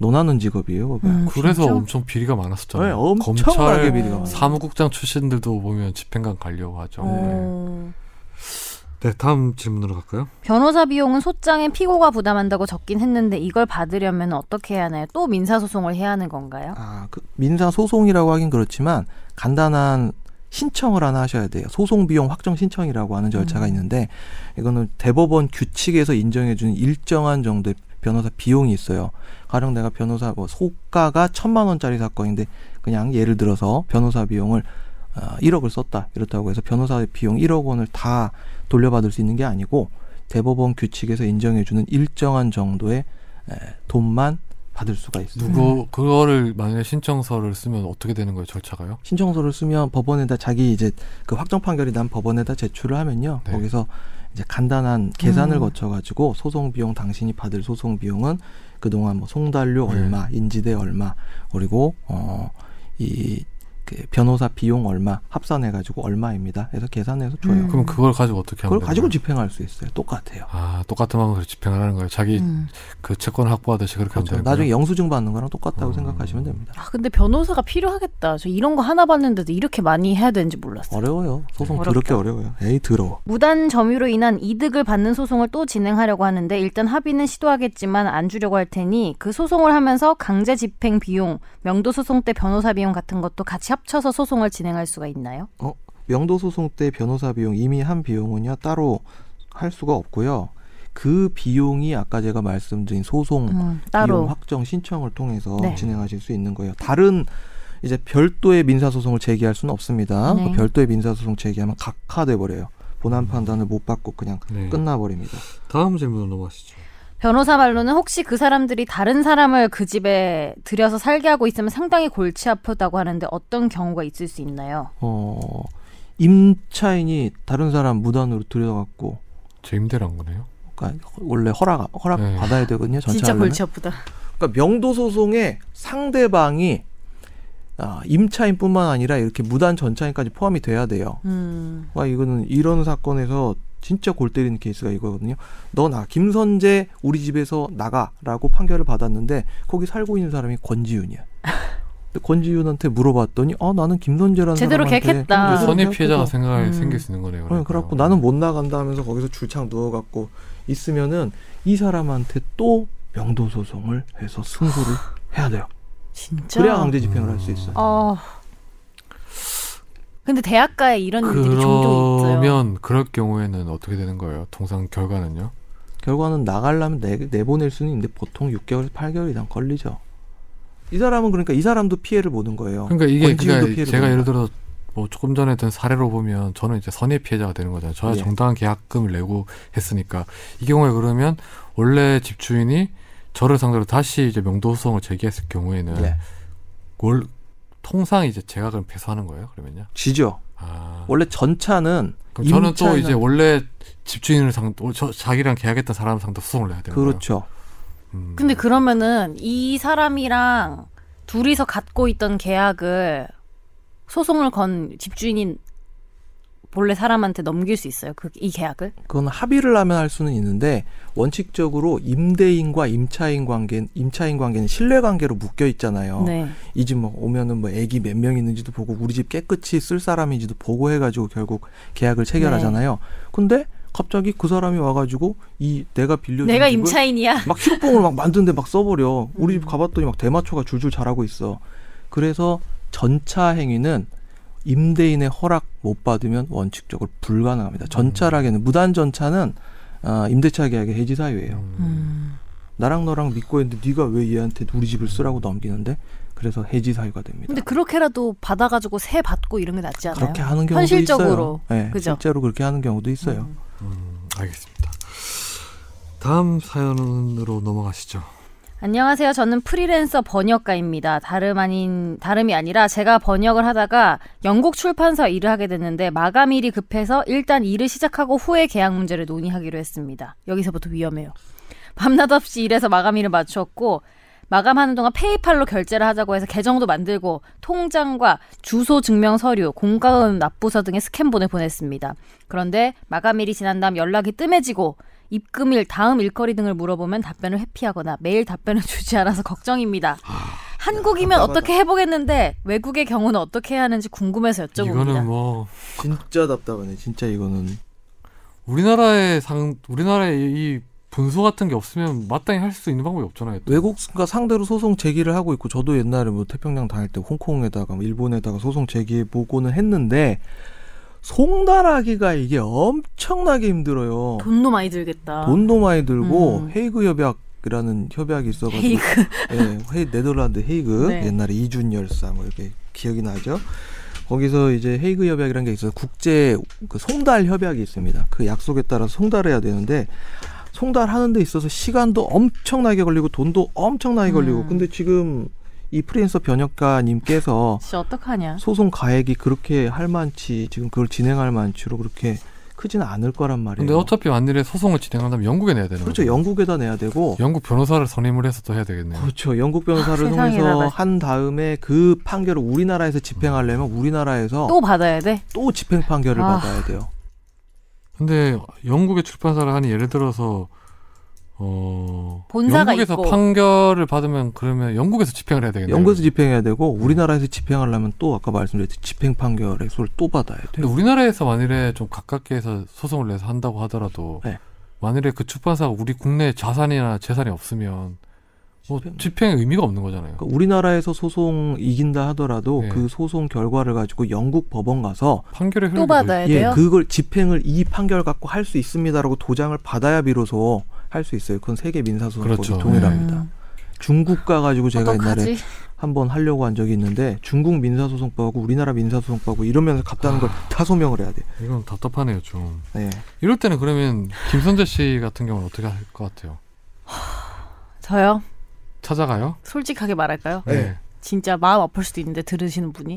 Speaker 3: 논하는 직업이에요. 그게.
Speaker 2: 음,
Speaker 1: 그래서
Speaker 2: 진짜?
Speaker 1: 엄청 비리가 많았었잖아요.
Speaker 3: 네, 엄청나게
Speaker 1: 검찰
Speaker 3: 비리가 많아요.
Speaker 1: 사무국장 출신들도 보면 집행관 가려고 하죠. 네.
Speaker 2: 어.
Speaker 1: 네, 다음 질문으로 갈까요?
Speaker 2: 변호사 비용은 소장인 피고가 부담한다고 적긴 했는데 이걸 받으려면 어떻게 해야 하나요? 또 민사 소송을 해야 하는 건가요?
Speaker 3: 아, 그 민사 소송이라고 하긴 그렇지만 간단한 신청을 하나 하셔야 돼요. 소송 비용 확정 신청이라고 하는 절차가
Speaker 2: 음.
Speaker 3: 있는데 이거는 대법원 규칙에서 인정해 주는 일정한 정도의 변호사 비용이 있어요. 가령 내가 변호사 뭐 소가가 천만 원짜리 사건인데 그냥 예를 들어서 변호사 비용을 어, 1억을 썼다. 이렇다고 해서 변호사 비용 1억 원을 다 돌려받을 수 있는 게 아니고 대법원 규칙에서 인정해 주는 일정한 정도의 에, 돈만 받을 수가 있어요.
Speaker 1: 누구 그거를 만약에 신청서를 쓰면 어떻게 되는 거예요? 절차가요?
Speaker 3: 신청서를 쓰면 법원에다 자기 이제 그 확정 판결이 난 법원에다 제출을 하면요.
Speaker 1: 네.
Speaker 3: 거기서 이제 간단한 계산을
Speaker 2: 음.
Speaker 3: 거쳐 가지고 소송 비용 당신이 받을 소송 비용은 그동안 뭐 송달료
Speaker 1: 네.
Speaker 3: 얼마, 인지대 얼마, 그리고 어, 어이 그 변호사 비용 얼마 합산해 가지고 얼마입니다. 해서 계산해서 줘요.
Speaker 2: 음.
Speaker 1: 그럼 그걸 가지고 어떻게 하면
Speaker 3: 그걸 가지고
Speaker 1: 되나요?
Speaker 3: 집행할 수 있어요. 똑같아요.
Speaker 1: 아 똑같은 방법으로 집행을 하는 거예요. 자기
Speaker 2: 음.
Speaker 1: 그 채권 확보하듯이 그렇게 하면
Speaker 3: 그렇죠.
Speaker 1: 되는
Speaker 3: 나중에
Speaker 1: 거예요.
Speaker 3: 영수증 받는 거랑 똑같다고
Speaker 1: 음.
Speaker 3: 생각하시면 됩니다.
Speaker 2: 아 근데 변호사가 필요하겠다. 저 이런 거 하나 봤는데도 이렇게 많이 해야 되는지 몰랐어요.
Speaker 3: 어려워요. 소송
Speaker 2: 네. 어렵다.
Speaker 3: 더럽게 어려워요. 에이 더러워.
Speaker 2: 무단 점유로 인한 이득을 받는 소송을 또 진행하려고 하는데 일단 합의는 시도하겠지만 안 주려고 할 테니 그 소송을 하면서 강제 집행 비용, 명도 소송 때 변호사 비용 같은 것도 같이 합쳐서 소송을 진행할 수가 있나요?
Speaker 3: 명도 소송 때 변호사 비용 이미 한 비용은요 따로 할 수가 없고요. 그 비용이 아까 제가 말씀드린 소송
Speaker 2: 음,
Speaker 3: 비용
Speaker 2: 따로.
Speaker 3: 확정 신청을 통해서
Speaker 2: 네.
Speaker 3: 진행하실 수 있는 거예요. 다른 이제 별도의 민사 소송을 제기할 수는 없습니다.
Speaker 2: 네.
Speaker 3: 그 별도의 민사 소송 제기하면 각하돼 버려요. 본안 판단을 못 받고 그냥
Speaker 1: 네.
Speaker 3: 끝나버립니다.
Speaker 1: 다음 질문으로 넘어가시죠.
Speaker 2: 변호사 말로는 혹시 그 사람들이 다른 사람을 그 집에 들여서 살게 하고 있으면 상당히 골치 아프다고 하는데 어떤 경우가 있을 수 있나요?
Speaker 3: 어, 임차인이 다른 사람 무단으로 들여갖고
Speaker 1: 제 임대를 한 거네요.
Speaker 3: 그러니까 원래 허락 허락
Speaker 1: 네.
Speaker 3: 받아야 되거든요.
Speaker 2: 진짜
Speaker 3: 전체하려면.
Speaker 2: 골치 아프다.
Speaker 3: 그러니까 명도 소송에 상대방이 아, 임차인뿐만 아니라 이렇게 무단 전차인까지 포함이 돼야 돼요.
Speaker 2: 음.
Speaker 3: 와 이거는 이런 사건에서 진짜 골 때리는 케이스가 이거거든요. 너 나 김선재 우리 집에서 나가라고 판결을 받았는데 거기 살고 있는 사람이 권지윤이야. 근데 권지윤한테 물어봤더니 어 나는 김선재라는
Speaker 2: 제대로
Speaker 3: 사람한테
Speaker 2: 계획했다. 아.
Speaker 1: 선의 피해자가
Speaker 3: 그래서,
Speaker 1: 생각이
Speaker 2: 음.
Speaker 1: 생길 수 있는 네, 뭐 거네요.
Speaker 3: 어,
Speaker 1: 그러니까요.
Speaker 3: 그래갖고 나는 못 나간다 하면서 거기서 줄창 누워갖고 있으면은 이 사람한테 또 명도 소송을 해서 승소를 해야 돼요.
Speaker 2: 진짜.
Speaker 3: 그래야 강제 집행을
Speaker 1: 음.
Speaker 3: 할 수 있어요.
Speaker 2: 어. 근데 대학가에 이런 일들이 종종 있어요.
Speaker 1: 그러면 그럴 경우에는 어떻게 되는 거예요? 통상 결과는요?
Speaker 3: 결과는 나가려면 내, 내보낼 수는 있는데 보통 6개월에서 8개월 이상 걸리죠. 이 사람은 그러니까 이 사람도 피해를 보는 어. 거예요.
Speaker 1: 그러니까 이게
Speaker 3: 권지윤도
Speaker 1: 그러니까
Speaker 3: 피해를
Speaker 1: 제가
Speaker 3: 보는
Speaker 1: 예를
Speaker 3: 거야.
Speaker 1: 들어 뭐 조금 전에 든 사례로 보면 저는 이제 선의 피해자가 되는 거잖아요. 저야
Speaker 3: 예.
Speaker 1: 정당한 계약금을 내고 했으니까 이 경우에 그러면 원래 집주인이 저를 상대로 다시 이제 명도소송을 제기했을 경우에는
Speaker 3: 예.
Speaker 1: 월 통상 이제 제가 그럼 배수하는 거예요? 그러면요?
Speaker 3: 지죠.
Speaker 1: 아.
Speaker 3: 원래 전차는
Speaker 1: 그럼 저는 또
Speaker 3: 임차인한테-
Speaker 1: 이제 원래 집주인을 상, 어, 저, 자기랑 계약했던 사람 상대 소송을 내야 되는 거예요.
Speaker 3: 그렇죠.
Speaker 1: 음.
Speaker 2: 근데 그러면은 이 사람이랑 둘이서 갖고 있던 계약을 소송을 건 집주인인 본래 사람한테 넘길 수 있어요. 그 이 계약을?
Speaker 3: 그건 합의를 하면 할 수는 있는데 원칙적으로 임대인과 임차인 관계 임차인 관계는 신뢰 관계로 묶여 어. 있잖아요.
Speaker 2: 네.
Speaker 3: 이 집 뭐 오면은 뭐 애기 몇 명 있는지도 보고 우리 집 깨끗이 쓸 사람인지도 보고 해가지고 결국 계약을 체결하잖아요.
Speaker 2: 네.
Speaker 3: 근데 갑자기 그 사람이 와가지고 이 내가 빌려준
Speaker 2: 내가
Speaker 3: 집을
Speaker 2: 임차인이야. 음.
Speaker 3: 막 시로봉을 막 만드는데 막 써버려. 우리 집 가봤더니 막 대마초가 줄줄 자라고 있어. 그래서 전차 행위는 임대인의 허락 못 받으면 원칙적으로 불가능합니다.
Speaker 2: 음.
Speaker 3: 전차라기에는 무단 전차는 아, 임대차 계약의 해지 사유예요.
Speaker 2: 음.
Speaker 3: 나랑 너랑 믿고 했는데 네가 왜 얘한테 우리 집을 쓰라고 넘기는데 그래서 해지 사유가 됩니다.
Speaker 2: 근데 그렇게라도 받아가지고 새 받고 이런 게 낫지 않아요?
Speaker 3: 그렇게 하는 경우도
Speaker 2: 현실적으로.
Speaker 3: 있어요. 네,
Speaker 2: 그죠?
Speaker 3: 실제로 그렇게 하는 경우도 있어요.
Speaker 1: 음, 알겠습니다. 다음 사연으로 넘어가시죠.
Speaker 2: 안녕하세요. 저는 프리랜서 번역가입니다. 다름 아닌 다름이 아니라 제가 번역을 하다가 영국 출판사 일을 하게 됐는데 마감일이 급해서 일단 일을 시작하고 후에 계약 문제를 논의하기로 했습니다. 여기서부터 위험해요. 밤낮 없이 일해서 마감일을 맞추었고 마감하는 동안 페이팔로 결제를 하자고 해서 계정도 만들고 통장과 주소 증명 서류, 공과금 납부서 등의 스캔본을 보냈습니다. 그런데 마감일이 지난 다음 연락이 뜸해지고 입금일, 다음 일거리 등을 물어보면 답변을 회피하거나 매일 답변을 주지 않아서 걱정입니다. 한국이면
Speaker 3: 답답하다.
Speaker 2: 어떻게 해보겠는데 외국의 경우는 어떻게 해야 하는지 궁금해서 여쭤봅니다.
Speaker 1: 이거는 뭐
Speaker 3: 진짜 답답하네. 진짜 이거는
Speaker 1: 우리나라의 상 우리나라의 이 분소 같은 게 없으면 마땅히 할 수 있는 방법이 없잖아요. 또.
Speaker 3: 외국과 그러니까 상대로 소송 제기를 하고 있고 저도 옛날에 뭐 태평양 당할 때 홍콩에다가 뭐 일본에다가 소송 제기해 보고는 했는데 송달하기가 이게 엄청나게 힘들어요.
Speaker 2: 돈도 많이 들겠다.
Speaker 3: 돈도 많이 들고
Speaker 2: 아. 음.
Speaker 3: 헤이그 협약이라는 협약이 있어가지고
Speaker 2: 헤이그.
Speaker 3: 예, 헤 네덜란드 헤이그
Speaker 2: 네.
Speaker 3: 옛날에 이준 열사 뭐 이렇게 기억이 나죠. 거기서 이제 헤이그 협약이라는 게 있어서 국제 그 송달 협약이 있습니다. 그 약속에 따라 서 송달해야 되는데 송달하는 데 있어서 시간도 엄청나게 걸리고 돈도 엄청나게 걸리고
Speaker 2: 음.
Speaker 3: 근데 지금 이 프리랜서 변혁가님께서
Speaker 2: 진짜 어떡하냐.
Speaker 3: 소송 가액이 그렇게 할 만치 지금 그걸 진행할 만치로 그렇게 크지는 않을 거란 말이에요.
Speaker 1: 근데 어차피 만일에 소송을 진행한다면 영국에 내야 되는
Speaker 3: 그렇죠.
Speaker 1: 거죠.
Speaker 3: 영국에다 내야 되고
Speaker 1: 영국 변호사를 선임을 해서 또 해야 되겠네요.
Speaker 3: 그렇죠. 영국 변호사를
Speaker 2: 아, 세상에
Speaker 3: 통해서
Speaker 2: 나다.
Speaker 3: 한 다음에 그 판결을 우리나라에서 집행하려면 우리나라에서 또,
Speaker 2: 또 받아야 돼?
Speaker 3: 집행 판결을
Speaker 2: 아.
Speaker 3: 받아야 돼요.
Speaker 1: 근데 영국의 출판사를 하니 예를 들어서 어
Speaker 2: 본사가
Speaker 1: 영국에서
Speaker 2: 있고.
Speaker 1: 판결을 받으면 그러면 영국에서 집행을 해야 되겠네요.
Speaker 3: 영국에서 집행해야 되고 우리나라에서 집행하려면 또 아까 말씀드렸듯이 집행 판결의 소를 또 받아야 돼요.
Speaker 1: 근데 우리나라에서 만일에 좀 가깝게 해서 소송을 내서 한다고 하더라도
Speaker 3: 네.
Speaker 1: 만일에 그 출판사가 우리 국내 자산이나 재산이 없으면 뭐
Speaker 3: 집행.
Speaker 1: 집행의 의미가 없는 거잖아요.
Speaker 3: 그러니까 우리나라에서 소송 이긴다 하더라도
Speaker 1: 네.
Speaker 3: 그 소송 결과를 가지고 영국 법원 가서
Speaker 1: 판결의
Speaker 2: 또
Speaker 1: 효력이
Speaker 2: 받아야
Speaker 3: 예,
Speaker 2: 돼요?
Speaker 3: 그걸 집행을 이 판결 갖고 할 수 있습니다라고 도장을 받아야 비로소 할 수 있어요. 그건 세계 민사소송법이
Speaker 1: 그렇죠.
Speaker 3: 동일합니다.
Speaker 2: 음,
Speaker 3: 중국 가가지고 제가 옛날에
Speaker 2: 어떡하지?
Speaker 3: 한 번 하려고 한 적이 있는데 중국 민사소송법하고 우리나라 민사소송법하고 이러면서 같다는 걸 다 소명을 해야 돼.
Speaker 1: 이건 답답하네요 좀.
Speaker 3: 예.
Speaker 1: 이럴 때는 그러면 김선재 씨 같은 경우는 어떻게 할 것 같아요?
Speaker 2: 저요?
Speaker 1: 찾아가요?
Speaker 2: 솔직하게 말할까요?
Speaker 3: 네.
Speaker 2: 진짜 마음 아플 수도 있는데 들으시는 분이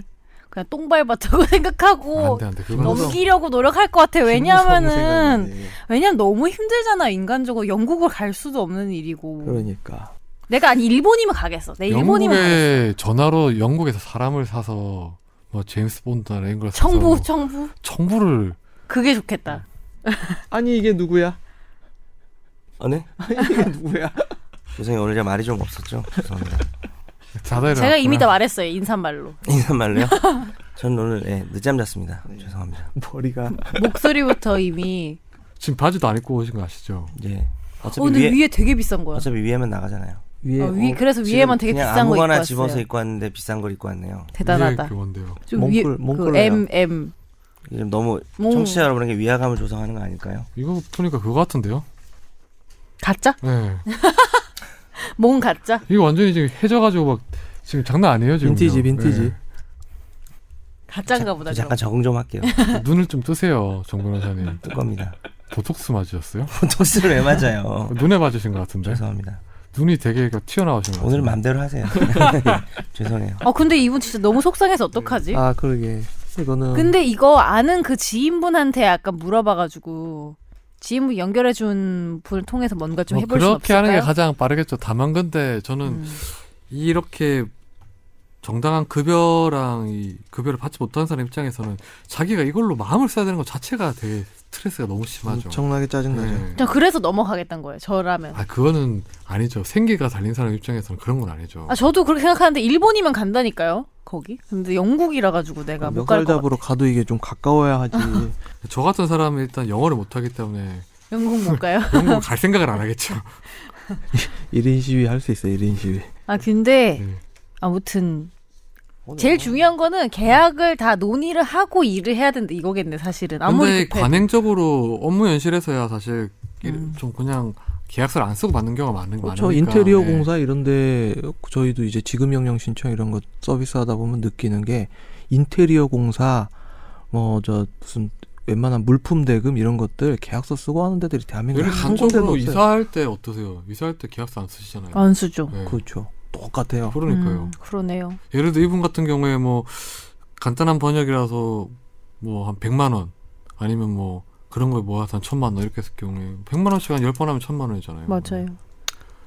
Speaker 2: 그냥 똥 밟았다고
Speaker 4: 아,
Speaker 2: 생각하고
Speaker 1: 아, 안돼 안돼 그건
Speaker 3: 너무-
Speaker 2: 넘기려고 노력할 것 같아.
Speaker 3: 김무성
Speaker 2: 왜냐하면은
Speaker 3: 생각나네.
Speaker 2: 왜냐면 너무 힘들잖아 인간적으로 영국을 갈 수도 없는 일이고
Speaker 3: 그러니까
Speaker 2: 내가 아니 일본이면 가겠어. 내 일본이면 가겠어.
Speaker 1: 영국에 전화로 영국에서 사람을 사서 뭐 제임스 본드나 이런 걸 사서 뭐
Speaker 2: 청부 청부
Speaker 1: 청부를
Speaker 2: 그게 좋겠다.
Speaker 4: 네,
Speaker 3: 아니 이게 누구야?
Speaker 4: 아, 네?
Speaker 3: 아니 이게 누구야?
Speaker 4: 죄송해요. 오늘 제가 말이 좀 없었죠. 죄송합니다.
Speaker 1: 자다를
Speaker 2: 제가 이미 다
Speaker 1: 놨구나.
Speaker 2: 말했어요 인사말로
Speaker 4: 인사말로요? 전 오늘 예, 늦잠 잤습니다.
Speaker 2: 네.
Speaker 4: 죄송합니다.
Speaker 3: 머리가
Speaker 2: 목소리부터 이미.
Speaker 1: 지금 바지도 안 입고 오신 거 아시죠?
Speaker 4: 이제 네. 어차피
Speaker 2: 어, 근데
Speaker 4: 위에,
Speaker 2: 위에, 되게 비싼 거야.
Speaker 4: 어차피 위에만 나가잖아요.
Speaker 3: 위에
Speaker 2: 어, 위,
Speaker 3: 어,
Speaker 2: 그래서
Speaker 4: 지금
Speaker 2: 위에만 되게
Speaker 4: 그냥
Speaker 2: 비싼 거 입고
Speaker 4: 아무거나
Speaker 2: 왔어요.
Speaker 4: 집어서 입고 왔는데 비싼 걸 입고 왔네요.
Speaker 2: 대단하다.
Speaker 1: 이게 뭔데요?
Speaker 2: 좀 위에
Speaker 3: 몽골-
Speaker 2: 그
Speaker 3: 몽골
Speaker 2: M M
Speaker 4: 이게 좀 너무
Speaker 2: 몽.
Speaker 4: 청취자 여러분에게 위화감을 조성하는 거 아닐까요?
Speaker 1: 이거 보니까 그거 같은데요?
Speaker 2: 가짜?
Speaker 1: 네.
Speaker 2: 몽 가짜?
Speaker 1: 이거 완전히 지금 해져가지고 막 지금 장난 아니에요 예. 지금.
Speaker 3: 빈티지, 빈티지.
Speaker 2: 가짜인가 보다. 그럼.
Speaker 4: 저 잠깐 적응 좀 할게요.
Speaker 1: 눈을 좀 뜨세요 정 변호사님.
Speaker 4: 뜰 겁니다.
Speaker 1: 보톡스 맞으셨어요?
Speaker 4: 토스를 왜 맞아요?
Speaker 1: 눈에 맞으신 것 같은데.
Speaker 4: 죄송합니다.
Speaker 1: 눈이 되게 그 튀어나오신 것 같아요.
Speaker 4: 오늘 맘대로 하세요. 죄송해요.
Speaker 2: 어 근데 이분 진짜 너무 속상해서 어떡하지?
Speaker 3: 아 음. 그러게 이거는
Speaker 2: 네. 근데 이거 아는 그 지인분한테 약간 물어봐가지고 지인분 연결해준 분을 통해서 뭔가 좀
Speaker 1: 뭐
Speaker 2: 해볼 수
Speaker 1: 그렇게
Speaker 2: 없을까요?
Speaker 1: 하는 게 가장 빠르겠죠. 다만 근데 저는
Speaker 2: 음.
Speaker 1: 이렇게 정당한 급여랑 이 급여를 받지 못하는 사람 입장에서는 자기가 이걸로 마음을 써야 되는 것 자체가 되게 스트레스가 너무 심하죠.
Speaker 3: 엄청나게 짜증나죠.
Speaker 1: 네.
Speaker 2: 저 그래서 넘어가겠다는 거예요. 저라면.
Speaker 1: 아 그거는 아니죠. 생계가 달린 사람 입장에서는 그런 건 아니죠.
Speaker 2: 아 저도 그렇게 생각하는데 일본이면 간다니까요. 거기. 근데 영국이라 가지고 내가 못 갈 것 같아.
Speaker 3: 역살잡으로 가도 이게 좀 가까워야 하지.
Speaker 1: 저 같은 사람은 일단 영어를 못하기 때문에
Speaker 2: 영국 못 가요.
Speaker 1: 영국 갈 생각을 안 하겠죠.
Speaker 3: 1인 시위 할 수 있어. 1인 시위.
Speaker 2: 아 근데
Speaker 1: 네.
Speaker 2: 아무튼 제일 중요한 거는 계약을 다 논의를 하고 일을 해야 된다 이거겠네 사실은. 아무리
Speaker 1: 근데
Speaker 2: 급해.
Speaker 1: 관행적으로 업무 연실에서야 사실 이-
Speaker 2: 음.
Speaker 1: 좀 그냥 계약서를 안 쓰고 받는 경우가 많은 많으니까.
Speaker 3: 저 인테리어
Speaker 1: 네.
Speaker 3: 공사 이런데 저희도 이제 지급 명령 신청 이런 거 서비스하다 보면 느끼는 게 인테리어 공사 뭐 저 무슨 웬만한 물품 대금 이런 것들 계약서 쓰고 하는 데들이 대한민국에
Speaker 1: 예를
Speaker 3: 한
Speaker 1: 한쪽으로
Speaker 3: 군데도 없어요.
Speaker 1: 이사할 때 어떠세요? 이사할 때 계약서 안 쓰시잖아요.
Speaker 2: 안 쓰죠.
Speaker 1: 네.
Speaker 3: 그렇죠. 똑같아요.
Speaker 1: 그러니까요.
Speaker 2: 음, 그러네요.
Speaker 1: 예를 들어 이분 같은 경우에 뭐 간단한 번역이라서 뭐 한 100만 원 아니면 뭐 그런 걸 모아서 한 천만 원 이렇게 했을 경우에 100만 원씩 한 10번 하면 천만 원이잖아요.
Speaker 2: 맞아요.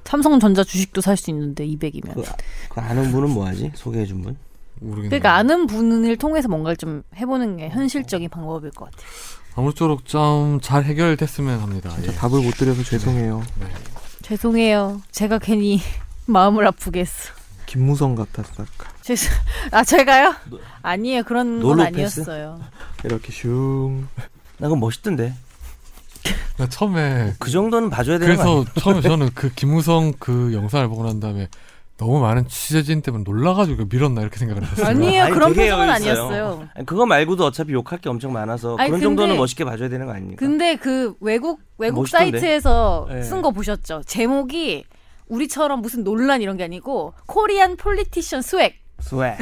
Speaker 2: 삼성전자 주식도 살 수 있는데 200이면.
Speaker 4: 그, 그 아는 분은 뭐하지? 소개해준 분?
Speaker 1: 모르겠네요.
Speaker 2: 그러니까 아는 분을 통해서 뭔가를 좀 해보는 게 현실적인 방법일 것 같아요.
Speaker 1: 아무쪼록 좀 잘 해결됐으면 합니다. 예.
Speaker 3: 답을 못 드려서 죄송해요.
Speaker 2: 죄송해요. 제가 괜히 마음을 아프게 했어.
Speaker 3: 김무성 같았어. 아까.
Speaker 2: 죄송. 아 제가요? 아니에요. 그런 건
Speaker 4: 놀로
Speaker 2: 아니었어요.
Speaker 3: 이렇게 슝.
Speaker 4: 나 그거 멋있던데.
Speaker 1: 나 그러니까 처음에
Speaker 3: 네,
Speaker 4: 그 정도는 봐줘야 되는 거 아니야?
Speaker 1: 그래서 처음에 저는 그 김우성 그 영상을 보고 난 다음에 너무 많은 취재진 때문에 놀라가지고 밀었나 이렇게 생각을 했어요.
Speaker 2: 아니에요.
Speaker 4: 아니,
Speaker 2: 그런
Speaker 4: 되게
Speaker 2: 표정은
Speaker 4: 여유 있어요.
Speaker 2: 아니었어요.
Speaker 4: 아니, 그거 말고도 어차피 욕할 게 엄청 많아서
Speaker 2: 아니,
Speaker 4: 그런
Speaker 2: 근데-
Speaker 4: 정도는 멋있게 봐줘야 되는 거 아닙니까?
Speaker 2: 근데 그 외국 외국
Speaker 4: 멋있던데?
Speaker 2: 사이트에서
Speaker 3: 네.
Speaker 2: 쓴 거 보셨죠? 제목이 우리처럼 무슨 논란 이런 게 아니고 코리안 폴리티션 스웩이었어요
Speaker 4: 스웩.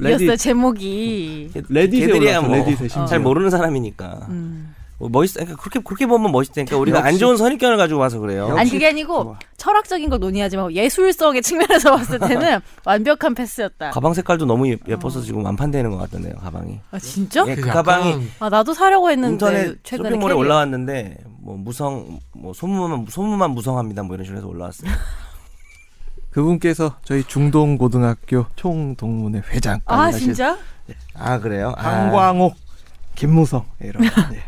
Speaker 3: 레디
Speaker 2: 제목이.
Speaker 3: 레딧에
Speaker 4: 걔들이야
Speaker 3: 올라서
Speaker 4: 뭐
Speaker 3: 레딧에 심지어.
Speaker 4: 잘 모르는 사람이니까
Speaker 2: 음.
Speaker 4: 뭐 멋있. 그러니까 그렇게 그렇게 보면 멋있다니까 우리가 안
Speaker 3: 역시.
Speaker 4: 좋은 선입견을 가지고 와서 그래요.
Speaker 2: 아니 그게 아니고
Speaker 4: 좋아.
Speaker 2: 철학적인 걸 논의하지 말고 예술성의 측면에서 봤을 때는 완벽한 패스였다.
Speaker 4: 가방 색깔도 너무 예-
Speaker 2: 어.
Speaker 4: 예뻐서 지금 완판되는 것 같던데요 가방이.
Speaker 2: 아 진짜?
Speaker 4: 예, 그
Speaker 1: 약간
Speaker 4: 가방이
Speaker 2: 아 나도 사려고 했는데 네,
Speaker 4: 인터넷
Speaker 2: 최근에
Speaker 4: 쇼핑몰에
Speaker 2: 캐리어.
Speaker 4: 올라왔는데 뭐 무성 뭐 소문만 소문만 무성합니다 뭐 이런 식으로 해서 올라왔어요.
Speaker 3: 그분께서 저희 중동 고등학교 총동문회 회장.
Speaker 2: 아 진짜?
Speaker 4: 아 그래요? 아,
Speaker 3: 한광옥, 김무성 이런. 네.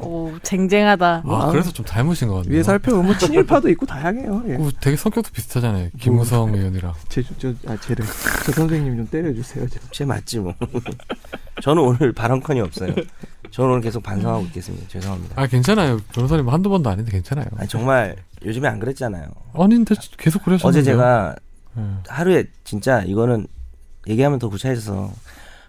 Speaker 2: 오 쟁쟁하다.
Speaker 1: 아, 그래서 좀 닮으신 것 같네요.
Speaker 3: 위에 살펴보면 친일파도 있고 다양해요. 예.
Speaker 1: 그 되게 성격도 비슷하잖아요.
Speaker 4: 뭐,
Speaker 1: 김우성 의원이랑.
Speaker 3: 제저아 쟤를 저 선생님 좀 때려주세요. 저.
Speaker 4: 제 맞지 뭐. 저는 오늘 발언권이 없어요. 저는 오늘 계속 반성하고 있겠습니다. 죄송합니다.
Speaker 1: 아 괜찮아요. 변호사님 한두 번도 아닌데 괜찮아요.
Speaker 4: 아니 정말 요즘에 안 그랬잖아요.
Speaker 1: 아닌데 계속 그러셨는데.
Speaker 4: 어제 제가
Speaker 1: 예.
Speaker 4: 하루에 진짜 이거는 얘기하면 더 구차해져서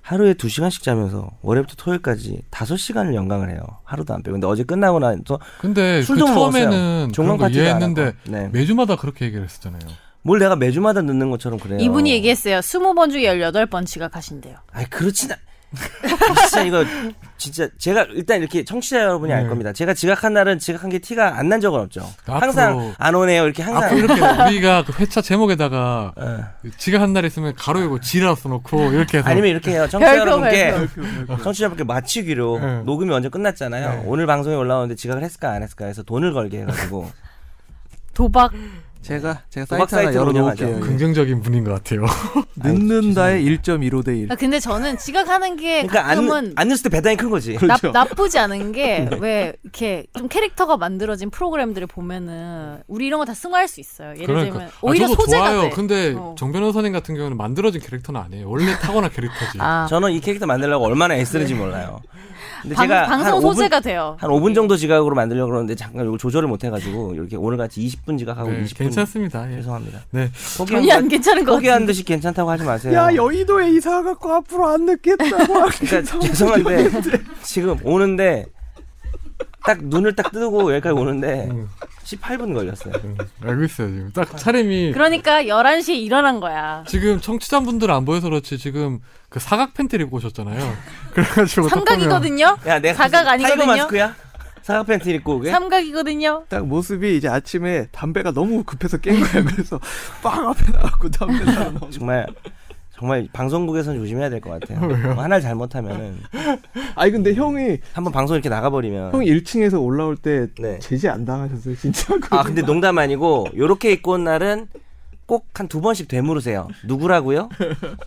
Speaker 4: 하루에 두 시간씩 자면서 월요일부터 토요일까지 다섯 시간을 연강을 해요. 하루도 안 빼고. 근데 어제 끝나고 나서
Speaker 1: 근데 그
Speaker 4: 술도
Speaker 1: 처음에는 그런 거
Speaker 4: 파티도 안 하고.
Speaker 1: 이해했는데
Speaker 4: 네.
Speaker 1: 매주마다 그렇게 얘기를 했었잖아요.
Speaker 4: 뭘 내가 매주마다 넣는 것처럼 그래요.
Speaker 2: 이분이 얘기했어요. 20번 중에 18번 지각하신대요.
Speaker 4: 아이 그렇진 않. 진짜 이거 진짜 제가 일단 이렇게 청취자 여러분이 알
Speaker 1: 네.
Speaker 4: 겁니다. 제가 지각한 날은 지각한 게 티가 안 난 적은 없죠.
Speaker 1: 앞으로-
Speaker 4: 항상 안 오네요. 이렇게
Speaker 1: 앞으로
Speaker 4: 항상.
Speaker 1: 이렇게 우리가 그 회차 제목에다가
Speaker 4: 어.
Speaker 1: 지가 한 날 있으면 가로열고 지라 써놓고 이렇게 해서
Speaker 4: 아니면 이렇게 해요. 청취자
Speaker 2: 별표,
Speaker 4: 여러분께
Speaker 2: 별표.
Speaker 4: 청취자분께 마치기로
Speaker 1: 네.
Speaker 4: 녹음이 언제 끝났잖아요. 오늘 방송에 올라오는데 지각을 했을까 안 했을까 해서 돈을 걸게 해가지고
Speaker 2: 도박
Speaker 3: 제가 제가
Speaker 4: 도박
Speaker 3: 사이트 하나
Speaker 4: 사이트를
Speaker 3: 열어놓을게요.
Speaker 4: 운영하죠.
Speaker 3: 예.
Speaker 1: 긍정적인 분인 것 같아요.
Speaker 3: 늦는다의 1.15 대 1.
Speaker 2: 아, 근데 저는 지각하는 게
Speaker 4: 그러니까 안,
Speaker 2: 네, 가끔은 그렇죠.
Speaker 4: 안 네. 넣었을 때 배당이 큰 거지.
Speaker 2: 나, 나쁘지 않은 게 왜 이렇게 좀 캐릭터가 만들어진 프로그램들을 보면은 우리 이런 거 다 승화할 수 있어요. 예를 들면 오히려
Speaker 1: 아, 저도
Speaker 2: 소재가
Speaker 1: 좋아요.
Speaker 2: 돼.
Speaker 1: 근데
Speaker 2: 어.
Speaker 1: 정 변호사님 같은 경우는 만들어진 캐릭터는 아니에요. 원래 타고난 캐릭터지.
Speaker 2: 아,
Speaker 4: 저는 이 캐릭터 만들려고 얼마나 애쓰는지 몰라요. 근데
Speaker 2: 네. 방,
Speaker 4: 제가
Speaker 2: 방송
Speaker 4: 한 5분,
Speaker 2: 소재가 돼요.
Speaker 4: 한 5분 정도 지각으로 만들려고 그러는데 잠깐 이거 조절을 못 해가지고 이렇게 오늘같이 20분 지각하고
Speaker 1: 네,
Speaker 4: 20분.
Speaker 1: 괜찮습니다. 예.
Speaker 4: 죄송합니다.
Speaker 1: 네.
Speaker 4: 포기한,
Speaker 2: 전혀 안
Speaker 4: 듯-
Speaker 2: 괜찮은 것 같아요.
Speaker 4: 포기한 듯이 괜찮다고 하지 마세요.
Speaker 3: 야 여의도에 이사 갖고 앞으로 안 늦겠다고. 하기.
Speaker 4: 그러니까 죄송한데 지금 오는데 딱 눈을 딱 뜨고 여기까지 오는데
Speaker 1: 음.
Speaker 4: 18분 걸렸어요.
Speaker 1: 음, 알고 있어요 지금. 딱 차림이
Speaker 2: 그러니까 11시에 일어난 거야.
Speaker 1: 지금 청취자분들 안 보여서 그렇지 지금 그 사각 팬티를 입고 오셨잖아요. 그래가지고 딱 보면
Speaker 2: 삼각이거든요.
Speaker 4: 야 내가
Speaker 2: 사각
Speaker 4: 무슨
Speaker 2: 아니거든요?
Speaker 4: 타이거 마스크야? 사각 팬티 입고 오게?
Speaker 2: 삼각이거든요.
Speaker 3: 딱 모습이 이제 아침에 담배가 너무 급해서 깬 거야. 그래서 빵 앞에 나왔고 담배 다 먹고.
Speaker 4: 정말 정말 방송국에서는 조심해야 될 것 같아요. 뭐 하나를 잘못하면은
Speaker 3: 아니 근데 형이
Speaker 4: 한번 방송 이렇게 나가버리면
Speaker 3: 형이 1층에서 올라올 때
Speaker 4: 네.
Speaker 3: 제지 안 당하셨어요 진짜.
Speaker 4: 아 근데 농담 아니고 요렇게 입고 온 날은 꼭 한 두 번씩 되물으세요. 누구라고요?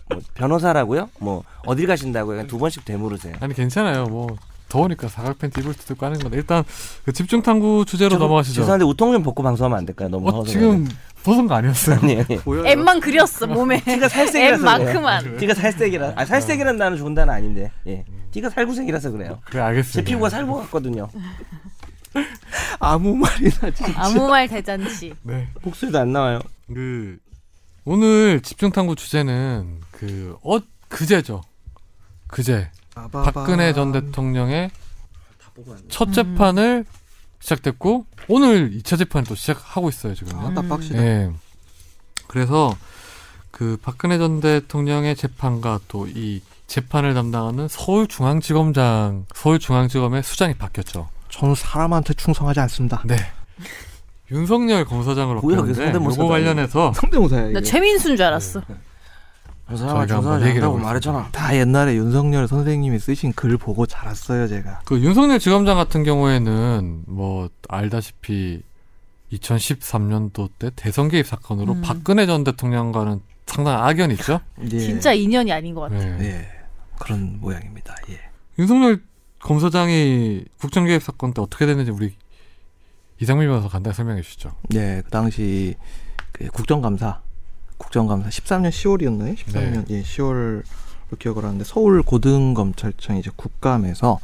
Speaker 4: 뭐 변호사라고요? 뭐 어딜 가신다고요? 그냥 두 번씩 되물으세요.
Speaker 1: 아니 괜찮아요. 뭐 더우니까 사각 팬티 입을 때도 까는 건데 일단 그 집중 탐구 주제로
Speaker 4: 죄송-
Speaker 1: 넘어가시죠.
Speaker 4: 죄송한데 우통 좀 벗고 방송하면 안 될까요? 너무
Speaker 1: 어,
Speaker 4: 허
Speaker 1: 지금 벗은 거 아니었어요?
Speaker 4: 아니 아니.
Speaker 3: 보여요.
Speaker 2: M만 그렸어 몸에.
Speaker 4: 띠가
Speaker 2: M
Speaker 4: 예, 살색이라서
Speaker 2: 마크만.
Speaker 4: 띠가 살색이라. 아 살색이란 나는 좋은 단어 아닌데. 예. 띠가 살구색이라서 그래요.
Speaker 1: 그래 알겠습니다.
Speaker 4: 제 피부가 살구 같거든요.
Speaker 3: 아무 말이나 진짜.
Speaker 2: 아무 말 대잔치.
Speaker 1: 네.
Speaker 4: 목소리도 안 나와요.
Speaker 1: 그 오늘 집중 탐구 주제는 그 어 그제죠. 그제 박근혜 전 대통령의 첫 재판을 시작됐고 오늘 2차 재판을 또 시작하고 있어요 지금요.
Speaker 3: 아나
Speaker 4: 네.
Speaker 3: 빡시다.
Speaker 1: 예. 그래서 그 박근혜 전 대통령의 재판과 또 이 재판을 담당하는 서울중앙지검장 서울중앙지검의 수장이 바뀌었죠.
Speaker 3: 저는 사람한테 충성하지 않습니다.
Speaker 1: 네. 윤석열 검사장으로
Speaker 4: 뭐야, 그게
Speaker 1: 바뀌었는데
Speaker 4: 성대모사도
Speaker 1: 요거 관련해서
Speaker 3: 성대모사야
Speaker 2: 나
Speaker 3: 이게.
Speaker 2: 최민수인 줄 알았어.
Speaker 1: 사람한테 저희가 한번 충성하지 얘기를 않다고 해보겠습니다. 말했잖아.
Speaker 3: 다 옛날에 윤석열 선생님이 쓰신 글 보고 자랐어요 제가.
Speaker 1: 그 윤석열 지검장 같은 경우에는 뭐 알다시피 2013년도 때 대선 개입 사건으로
Speaker 2: 음.
Speaker 1: 박근혜 전 대통령과는 상당한 악연이 있죠.
Speaker 3: 예.
Speaker 2: 진짜 인연이 아닌 것 같아요.
Speaker 1: 네.
Speaker 3: 예. 그런 모양입니다. 예.
Speaker 1: 윤석열 검사장이 국정 개입 사건 때 어떻게 됐는지 우리 이상민 변호사 간단히 설명해 주시죠.
Speaker 3: 예, 그 당시 그 국정감사, 국정감사 13년 10월이었나요? 13년
Speaker 1: 네.
Speaker 3: 예, 10월 로 기억을 하는데 서울 고등검찰청 이제 국감에서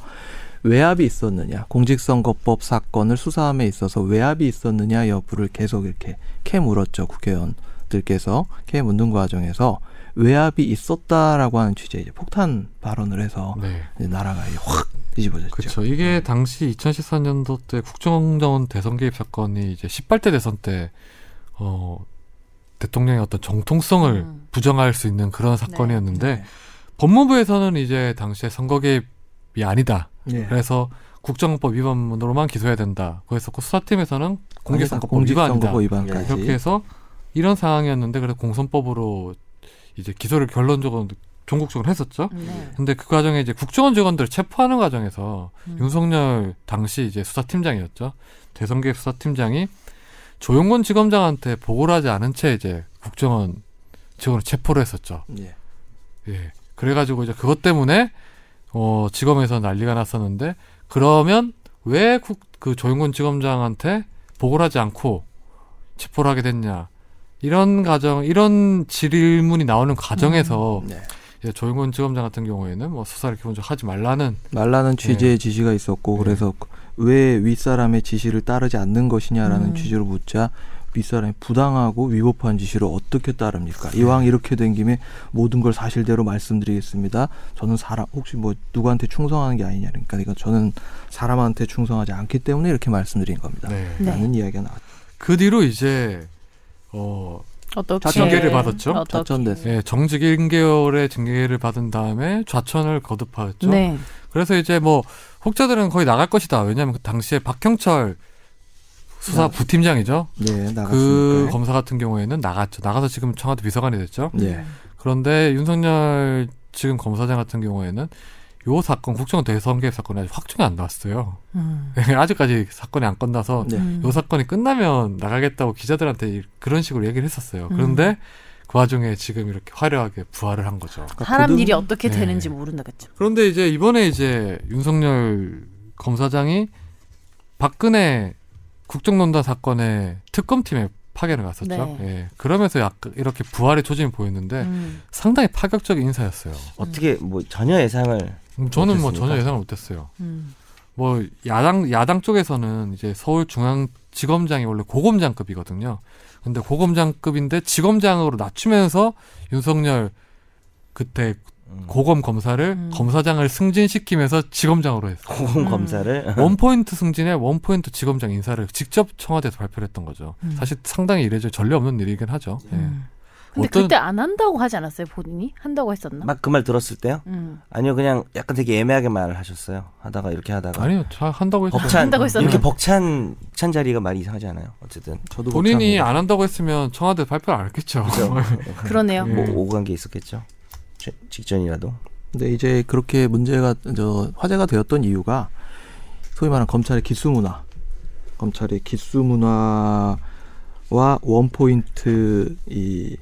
Speaker 3: 외압이 있었느냐, 공직선거법 사건을 수사함에 있어서 외압이 있었느냐 여부를 계속 이렇게 캐 물었죠 국회의원들께서 캐 묻는 과정에서 외압이 있었다라고 하는 취지의 이제 폭탄 발언을 해서
Speaker 1: 네.
Speaker 3: 이제 나라가 이제 확 뒤집어졌죠.
Speaker 1: 그렇죠. 이게 당시 2014년도 때 국정원 대선 개입 사건이 이제 18대 대선 때 어, 대통령의 어떤 정통성을
Speaker 2: 음.
Speaker 1: 부정할 수 있는 그런 사건이었는데
Speaker 3: 네.
Speaker 1: 법무부에서는 이제 당시에 선거 개입이 아니다.
Speaker 3: 예.
Speaker 1: 그래서 국정법 위반으로만 기소해야 된다. 그랬었고 수사팀에서는 공직선거법 위반이다.
Speaker 3: 공직선거법 위반까지
Speaker 1: 이렇게 해서 이런 상황이었는데 그래서 공선법으로 이제 기소를 결론적으로 종국적으로 했었죠.
Speaker 2: 네.
Speaker 1: 근데 그 과정에 이제 국정원 직원들을 체포하는 과정에서
Speaker 2: 음.
Speaker 1: 윤석열 당시 이제 수사팀장이었죠. 대선개입 수사팀장이 조용건 지검장한테 보고를 하지 않은 채 이제 국정원 직원을 체포를 했었죠.
Speaker 3: 예.
Speaker 1: 예. 그래가지고 이제 그것 때문에 어 지검에서 난리가 났었는데 그러면 왜 그 조용건 지검장한테 보고를 하지 않고 체포를 하게 됐냐 이런 과정 이런 질문이 나오는 과정에서
Speaker 3: 네.
Speaker 1: 이제 조용건 지검장 같은 경우에는 뭐 수사를 기본적으로 하지 말라는
Speaker 3: 말라는 취지의 지시가 있었고
Speaker 1: 네.
Speaker 3: 그래서 왜 윗사람의 지시를 따르지 않는 것이냐라는
Speaker 2: 음.
Speaker 3: 취지로 묻자 윗사람이 부당하고 위법한 지시를 어떻게 따릅니까? 이왕
Speaker 1: 네.
Speaker 3: 이렇게 된 김에 모든 걸 사실대로 말씀드리겠습니다. 저는 사람 혹시 뭐 누구한테 충성하는 게 아니냐 그러니까 이건 저는 사람한테 충성하지 않기 때문에 이렇게 말씀드린 겁니다.
Speaker 1: 네.
Speaker 2: 네.
Speaker 3: 라는 이야기가 나왔죠.
Speaker 1: 그 뒤로 이제 어
Speaker 2: 어떻게
Speaker 1: 자청계를 받았죠?
Speaker 2: 어떻게-
Speaker 3: 자천됐어요.
Speaker 1: 예, 정직 1개월의 징계를 받은 다음에 좌천을 거듭하였죠.
Speaker 2: 네.
Speaker 1: 그래서 이제 뭐 혹자들은 거의 나갈 것이다. 왜냐하면 그 당시에 박형철 수사 부팀장이죠.
Speaker 3: 네,
Speaker 1: 그
Speaker 3: 나갔으니까.
Speaker 1: 검사 같은 경우에는 나갔죠. 나가서 지금 청와대 비서관이 됐죠.
Speaker 3: 네.
Speaker 1: 그런데 윤석열 지금 검사장 같은 경우에는 요 사건 국정원 대선 개입 사건이 아직 확정이 안 나왔어요.
Speaker 2: 음.
Speaker 1: 아직까지 사건이 안 끝나서
Speaker 3: 네.
Speaker 2: 음.
Speaker 1: 요 사건이 끝나면 나가겠다고 기자들한테 이- 그런 식으로 얘기를 했었어요. 그런데
Speaker 3: 음.
Speaker 1: 그 와중에 지금 이렇게 화려하게 부활을 한 거죠.
Speaker 3: 그러니까
Speaker 2: 사람
Speaker 3: 고등-
Speaker 2: 일이 어떻게
Speaker 1: 네.
Speaker 2: 되는지 모른다 그죠?
Speaker 1: 그런데 이제 이번에 이제 윤석열 검사장이 박근혜 국정농단 사건의 특검팀에 파견을 갔었죠.
Speaker 2: 네.
Speaker 1: 예. 그러면서 약간 이렇게 부활의 초짐이 보였는데
Speaker 2: 음.
Speaker 1: 상당히 파격적인 인사였어요.
Speaker 4: 어떻게 뭐 전혀 예상을
Speaker 1: 음, 저는 뭐
Speaker 4: 어땠습니까?
Speaker 1: 전혀 예상을 못했어요.
Speaker 2: 음.
Speaker 1: 뭐 야당 야당 쪽에서는 이제 서울중앙지검장이 원래 고검장급이거든요. 근데 고검장급인데 지검장으로 낮추면서 윤석열 그때 고검 검사를
Speaker 2: 음.
Speaker 1: 검사장을 승진시키면서 지검장으로 했어요.
Speaker 4: 고검
Speaker 2: 음.
Speaker 4: 검사를
Speaker 1: 원포인트 승진에 원포인트 지검장 인사를 직접 청와대에서 발표를 했던 거죠.
Speaker 2: 음.
Speaker 1: 사실 상당히 이례적 전례 없는 일이긴 하죠. 예.
Speaker 2: 음. 근데
Speaker 1: 어떤-
Speaker 2: 그때 안 한다고 하지 않았어요 본인이 한다고 했었나?
Speaker 4: 막 그 말 들었을 때요?
Speaker 2: 음.
Speaker 4: 아니요 그냥 약간 되게 애매하게 말을 하셨어요. 하다가 이렇게 하다가
Speaker 1: 예. 아니요, 다 한다고 했죠.
Speaker 4: 벅찬
Speaker 2: 한다고 했었는데.
Speaker 4: 이렇게 벅찬 찬 자리가 말이 이상하지 않아요. 어쨌든
Speaker 3: 저도
Speaker 1: 본인이
Speaker 3: 복잡합니다.
Speaker 1: 안 한다고 했으면 청와대 발표를 안 했겠죠.
Speaker 2: 그러네요.
Speaker 1: 예.
Speaker 4: 뭐 오고 간 게 있었겠죠. 제- 직전이라도
Speaker 3: 근데 이제 그렇게 문제가 저 화제가 되었던 이유가 소위 말하는 검찰의 기수 문화, 검찰의 기수 문화와 원포인트 이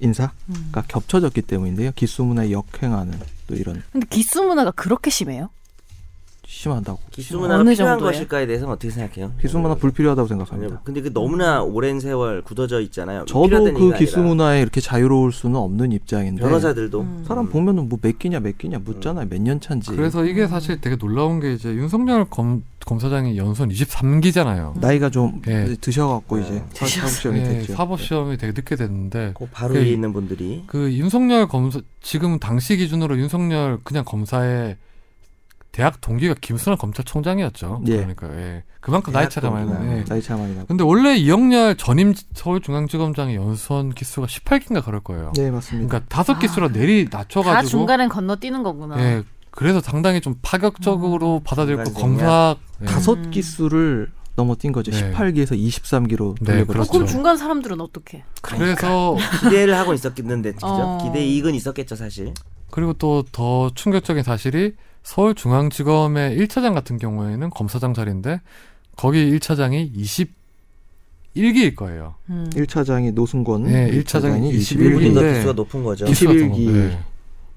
Speaker 3: 인사가
Speaker 2: 음.
Speaker 3: 겹쳐졌기 때문인데요. 기수 문화에 역행하는 또 이런
Speaker 2: 근데 기수 문화가 그렇게 심해요?
Speaker 3: 심하다고.
Speaker 4: 기수문화가
Speaker 2: 어느
Speaker 4: 필요한
Speaker 2: 정도예요?
Speaker 4: 것일까에 대해서는 어떻게 생각해요?
Speaker 3: 기수 문화 불필요하다고 생각합니다. 음.
Speaker 4: 근데 그 너무나 오랜 세월 굳어져 있잖아요.
Speaker 3: 저도
Speaker 4: 필요하다는
Speaker 3: 그
Speaker 4: 얘기가
Speaker 3: 기수
Speaker 4: 아니라
Speaker 3: 문화에 이렇게 자유로울 수는 없는 입장인데
Speaker 4: 변호사들도 음.
Speaker 2: 음.
Speaker 3: 사람 보면은 뭐 몇 끼냐 몇 끼냐 묻잖아요. 몇 년 차인지.
Speaker 1: 그래서
Speaker 2: 음.
Speaker 1: 이게 사실 되게 놀라운 게 이제 윤석열 검, 검사장이 연선 23기잖아요.
Speaker 3: 나이가 좀
Speaker 1: 예.
Speaker 3: 드셔갖고
Speaker 4: 네.
Speaker 3: 이제 사-
Speaker 2: 드셔서.
Speaker 3: 사법시험이 됐죠. 네.
Speaker 1: 사법 시험이 되게 늦게 됐는데
Speaker 4: 그 바로
Speaker 1: 그-
Speaker 4: 위에 있는 분들이
Speaker 1: 그 윤석열 검사 지금 당시 기준으로 윤석열 그냥 검사의 대학 동기가 김순환 검찰총장이었죠.
Speaker 3: 예.
Speaker 1: 그러니까 예. 그만큼 나이 차가 많이 나요. 예.
Speaker 3: 네. 나이 차 많이 나고.
Speaker 1: 근데 원래 이영렬 전임 서울중앙지검장의 연수원 기수가 18기인가 그럴 거예요.
Speaker 3: 네 맞습니다.
Speaker 1: 그러니까 다섯 기수로 내리
Speaker 2: 아, 다
Speaker 1: 낮춰가지고
Speaker 2: 중간엔 건너뛰는 거구나.
Speaker 1: 예. 그래서 상당히 좀 파격적으로 받아들였고
Speaker 4: 중간
Speaker 1: 검사 예.
Speaker 3: 다섯
Speaker 2: 음.
Speaker 3: 기수를 넘어뛴 거죠.
Speaker 1: 네.
Speaker 3: 18기에서 23기로
Speaker 1: 네,
Speaker 2: 어,
Speaker 3: 돌려버렸죠.
Speaker 2: 그럼
Speaker 1: 그렇죠.
Speaker 2: 중간 사람들은 어떻게?
Speaker 1: 그래서
Speaker 4: 기대를 하고 있었겠는데 그죠?
Speaker 2: 어.
Speaker 4: 기대 이익은 있었겠죠 사실.
Speaker 1: 그리고 또 더 충격적인 사실이 서울중앙지검의 1차장 같은 경우에는 검사장 자리인데 거기 1차장이 20 1기일 거예요.
Speaker 2: 음.
Speaker 3: 1차장이 노승권,
Speaker 1: 네,
Speaker 3: 이
Speaker 1: 1차장이
Speaker 3: 21기,
Speaker 1: 21기.
Speaker 4: 일본보다
Speaker 1: 네.
Speaker 4: 기수가 높은 거죠.
Speaker 3: 기수- 21기.
Speaker 1: 네.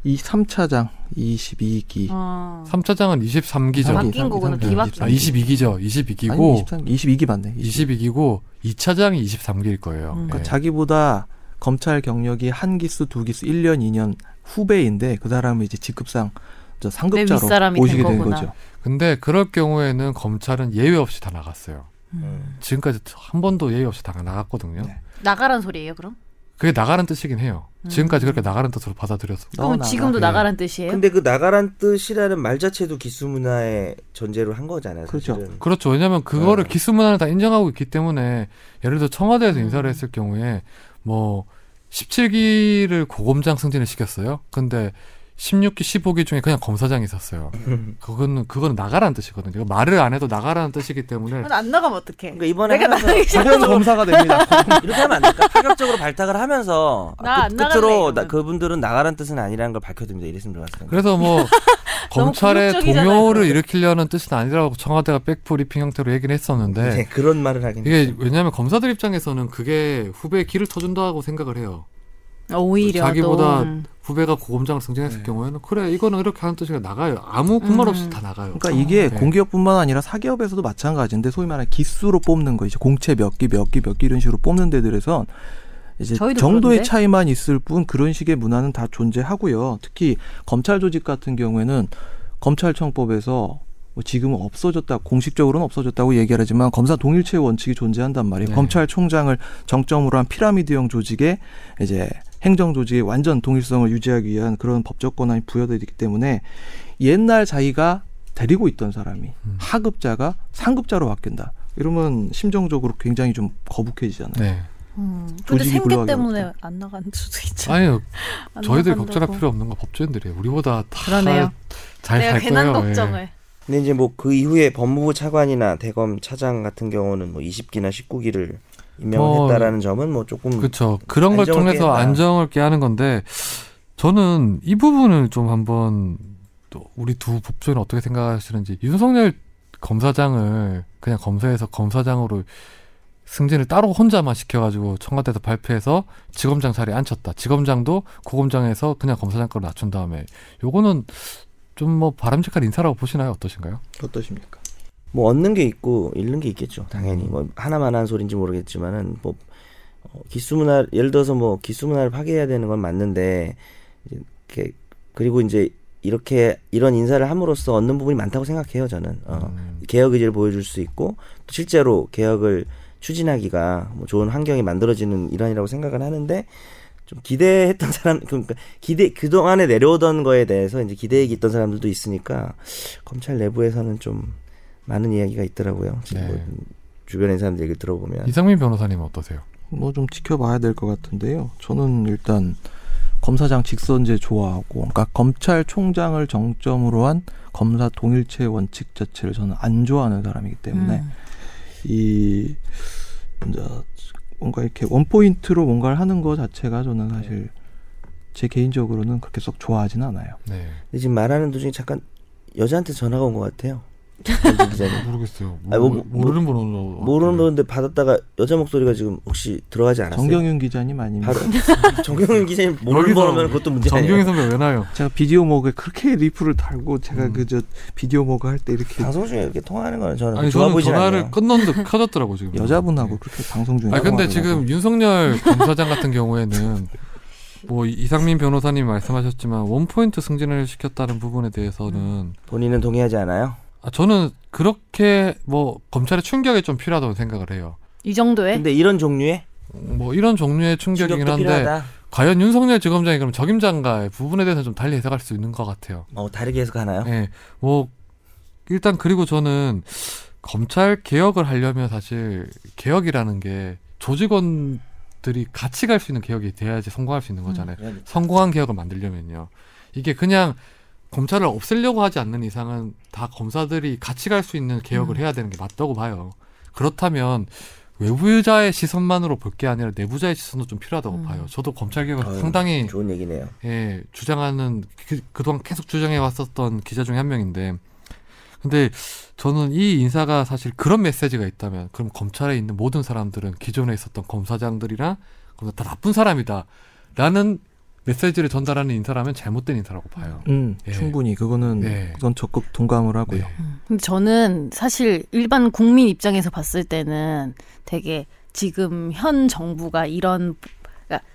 Speaker 3: 이 3차장 22기.
Speaker 2: 어.
Speaker 1: 3차장은 23기죠.
Speaker 3: 삼기.
Speaker 2: 바뀐 거구나
Speaker 3: 삼기,
Speaker 2: 비바뀐.
Speaker 1: 아,
Speaker 3: 삼기.
Speaker 1: 22기죠.
Speaker 3: 아니,
Speaker 1: 22기고
Speaker 3: 23, 22기 맞네.
Speaker 1: 22기고 2차장이 23기일 거예요.
Speaker 2: 음.
Speaker 1: 예.
Speaker 3: 그러니까 자기보다 검찰 경력이 한 기수, 두 기수, 1년, 2년 후배인데 그 사람은 이제 직급상 저
Speaker 2: 내
Speaker 3: 상급자로
Speaker 2: 네, 윗사람이
Speaker 3: 오시게
Speaker 2: 된
Speaker 3: 된
Speaker 2: 거구나.
Speaker 3: 거죠.
Speaker 1: 근데 그럴 경우에는 검찰은 예외 없이 다 나갔어요.
Speaker 4: 음.
Speaker 1: 지금까지 한 번도 예외 없이 다 나갔거든요.
Speaker 3: 네.
Speaker 2: 나가란 소리예요 그럼?
Speaker 1: 그게 나가는 뜻이긴 해요.
Speaker 2: 음.
Speaker 1: 지금까지 그렇게 나가는 뜻으로 받아들여서
Speaker 2: 그럼
Speaker 3: 어, 나와,
Speaker 2: 지금도
Speaker 1: 나가.
Speaker 2: 나가란 뜻이에요?
Speaker 4: 근데 그 나가란 뜻이라는 말 자체도 기수 문화의 전제로 한 거잖아요.
Speaker 3: 그렇죠.
Speaker 4: 사실은.
Speaker 1: 그렇죠. 왜냐하면 그거를
Speaker 4: 네.
Speaker 1: 기수문화는 다 인정하고 있기 때문에 예를 들어 청와대에서
Speaker 2: 음.
Speaker 1: 인사를 했을 경우에 뭐 17기를 고검장 승진을 시켰어요. 근데 16기, 15기 중에 그냥 검사장이 있었어요. 그거는 그거는 나가라는 뜻이거든요. 이거 말을 안 해도 나가라는 뜻이기 때문에
Speaker 2: 안 나가면 어떡해?
Speaker 4: 그러니까 이번에 하면서
Speaker 3: 자기도 검사가 됩니다.
Speaker 4: 이렇게 하면 안 될까? 파격적으로 발탁을 하면서
Speaker 2: 나안 나갈래,
Speaker 4: 끝으로
Speaker 2: 이러면.
Speaker 4: 나- 그분들은 나가란 뜻은 아니라는 걸 밝혀둡니다. 이랬으면 좋았을 텐데.
Speaker 1: 그래서 뭐 검찰의
Speaker 2: 공격적이잖아요,
Speaker 1: 동요를
Speaker 2: 그거는.
Speaker 1: 일으키려는 뜻은 아니라고 청와대가 백브리핑 형태로 얘기를 했었는데
Speaker 4: 네, 그런 말을 하긴
Speaker 1: 이게 왜냐하면 검사들 입장에서는 그게 후배의 길을 터준다고 생각을 해요.
Speaker 2: 어, 오히려
Speaker 1: 자기보다
Speaker 2: 또, 음.
Speaker 1: 후배가 고검장을 승진했을
Speaker 3: 네.
Speaker 1: 경우에는 그래 이거는 이렇게 하는 뜻이라 나가요. 아무 군말 없이
Speaker 2: 음.
Speaker 1: 다 나가요.
Speaker 3: 그러니까 이게
Speaker 1: 네.
Speaker 3: 공기업뿐만 아니라 사기업에서도 마찬가지인데 소위 말하는 기수로 뽑는 거 이제 공채 몇 기 몇 기 몇 기 이런 식으로 뽑는 데들에선 이제
Speaker 2: 저희도
Speaker 3: 정도의
Speaker 2: 그런데?
Speaker 3: 차이만 있을 뿐 그런 식의 문화는 다 존재하고요. 특히 검찰 조직 같은 경우에는 검찰청법에서 뭐 지금은 없어졌다 공식적으로는 없어졌다고 얘기를 하지만 검사 동일체 원칙이 존재한단 말이에요.
Speaker 1: 네.
Speaker 3: 검찰총장을 정점으로 한 피라미드형 조직에 이제 행정 조직의 완전 동일성을 유지하기 위한 그런 법적 권한이 부여되기 때문에 옛날 자기가 데리고 있던 사람이
Speaker 1: 음.
Speaker 3: 하급자가 상급자로 바뀐다. 이러면 심정적으로 굉장히 좀 거북해지잖아요.
Speaker 1: 네.
Speaker 2: 음. 근데
Speaker 3: 조직이
Speaker 2: 생계
Speaker 3: 굴러가게
Speaker 2: 때문에 안 나가는 수도 있잖아.
Speaker 1: 아니요
Speaker 2: 안
Speaker 1: 저희들이
Speaker 2: 나간다고.
Speaker 1: 걱정할 필요 없는 건 법조인들이에요. 우리보다
Speaker 2: 그러네요. 내가
Speaker 1: 다잘살
Speaker 2: 괜한
Speaker 1: 거예요.
Speaker 2: 걱정을.
Speaker 1: 예.
Speaker 4: 근데 이제 뭐 그 이후에 법무부 차관이나 대검 차장 같은 경우는 뭐 20기나 19기를 임명을
Speaker 1: 어,
Speaker 4: 했다라는 점은 뭐 조금
Speaker 1: 그렇죠. 그런 걸
Speaker 4: 안정을
Speaker 1: 통해서
Speaker 4: 깨겠다.
Speaker 1: 안정을 깨하는 건데 저는 이 부분을 좀 한번 또 우리 두 법조인 어떻게 생각하시는지 윤석열 검사장을 그냥 검사에서 검사장으로 승진을 따로 혼자만 시켜가지고 청와대에서 발표해서 지검장 자리에 앉혔다. 지검장도 고검장에서 그냥 검사장과로 낮춘 다음에 요거는 좀 뭐 바람직한 인사라고 보시나요? 어떠신가요?
Speaker 3: 어떠십니까?
Speaker 4: 뭐 얻는 게 있고 잃는 게 있겠죠. 당연히 뭐 하나만 한 소린지 모르겠지만은 뭐 어, 기수 문화 예를 들어서 뭐 기수 문화를 파괴해야 되는 건 맞는데 이렇게 그리고 이제 이렇게 이런 인사를 함으로써 얻는 부분이 많다고 생각해요. 저는 어.
Speaker 1: 음.
Speaker 4: 개혁 의지를 보여줄 수 있고 또 실제로 개혁을 추진하기가 뭐 좋은 환경이 만들어지는 일환이라고 생각을 하는데 좀 기대했던 사람 그러니까 기대 그 동안에 내려오던 거에 대해서 이제 기대액이 있던 사람들도 있으니까 검찰 내부에서는 좀 많은 이야기가 있더라고요. 지금
Speaker 1: 네.
Speaker 4: 뭐 주변에 있는 사람들 얘기 들어보면
Speaker 1: 이상민 변호사님 은 어떠세요?
Speaker 3: 뭐 좀 지켜봐야 될 것 같은데요. 저는 일단 검사장 직선제 좋아하고, 그러니까 검찰총장을 정점으로 한 검사 동일체 원칙 자체를 저는 안 좋아하는 사람이기 때문에
Speaker 2: 음.
Speaker 3: 이 이제 뭔가 이렇게 원 포인트로 뭔가를 하는 거 자체가 저는 사실 제 개인적으로는 그렇게 썩 좋아하진 않아요.
Speaker 1: 네.
Speaker 4: 근데 지금 말하는 도중에 잠깐 여자한테 전화가 온 것 같아요. 권진 기자님.
Speaker 1: 네. 모르겠어요.
Speaker 4: 아니, 뭐, 뭐,
Speaker 1: 모르는
Speaker 3: 어,
Speaker 1: 번호로
Speaker 4: 모르는 분데 받았다가 여자 목소리가 지금 혹시 들어가지 않았어요?
Speaker 3: 네. 정경윤 기자님 아니면
Speaker 4: 바로 정경윤 기자님 모르는
Speaker 1: 여기서
Speaker 4: 번호면 그것도 문제예요.
Speaker 1: 정경희 선배 왜 나요?
Speaker 3: 제가 비디오 모그에 그렇게 리프를 달고 제가 그저 비디오 모그 할 때 이렇게
Speaker 4: 방송 중에 이렇게 통화하는 거는 저는
Speaker 1: 아니
Speaker 4: 좋아
Speaker 1: 저는
Speaker 4: 보이진
Speaker 1: 전화를
Speaker 4: 않아요.
Speaker 1: 끊는 듯 켜졌더라고 지금.
Speaker 3: 여자분하고 그렇게 방송 중에
Speaker 1: 아 근데
Speaker 3: 통화를
Speaker 1: 지금 윤석열 검사장 같은 경우에는 뭐 이상민 변호사님 말씀하셨지만 원 포인트 승진을 시켰다는 부분에
Speaker 3: 음.
Speaker 1: 대해서는
Speaker 4: 본인은 동의하지 않아요?
Speaker 1: 아 저는 그렇게 뭐 검찰의 충격이 좀 필요하다고 생각을 해요.
Speaker 2: 이 정도에
Speaker 4: 근데 이런 종류의
Speaker 1: 뭐 이런 종류의 충격이긴
Speaker 4: 충격도
Speaker 1: 한데
Speaker 4: 필요하다.
Speaker 1: 과연 윤석열 지검장이 그럼 적임장가의 부분에 대해서 좀 달리 해석할 수 있는 것 같아요.
Speaker 4: 어 다르게 해석하나요?
Speaker 1: 예. 뭐 일단 그리고 저는 검찰 개혁을 하려면 사실 개혁이라는 게 조직원들이 같이 갈 수 있는 개혁이 돼야지 성공할 수 있는 거잖아요.
Speaker 4: 그러니까.
Speaker 1: 성공한 개혁을 만들려면요. 이게 그냥 검찰을 없애려고 하지 않는 이상은 다 검사들이 같이 갈 수 있는
Speaker 4: 음.
Speaker 1: 개혁을 해야 되는 게 맞다고 봐요. 그렇다면 외부자의 시선만으로 볼 게 아니라 내부자의 시선도 좀 필요하다고
Speaker 2: 음.
Speaker 1: 봐요. 저도 검찰 개혁을
Speaker 4: 아유, 그렇죠.
Speaker 1: 상당히
Speaker 4: 좋은 얘기네요.
Speaker 1: 예, 주장하는 그, 그동안 계속 주장해 왔었던 기자 중에 한 명인데 근데 저는 이 인사가 사실 그런 메시지가 있다면 그럼 검찰에 있는 모든 사람들은 기존에 있었던 검사장들이랑 검사 다 나쁜 사람이다라는 메시지를 전달하는 인사라면 잘못된 인사라고 봐요.
Speaker 3: 음,
Speaker 1: 예.
Speaker 3: 충분히 그거는
Speaker 1: 네.
Speaker 3: 그건 적극 동감을 하고요.
Speaker 1: 네.
Speaker 2: 근데 저는 사실 일반 국민 입장에서 봤을 때는 되게 지금 현 정부가 이런 그러니까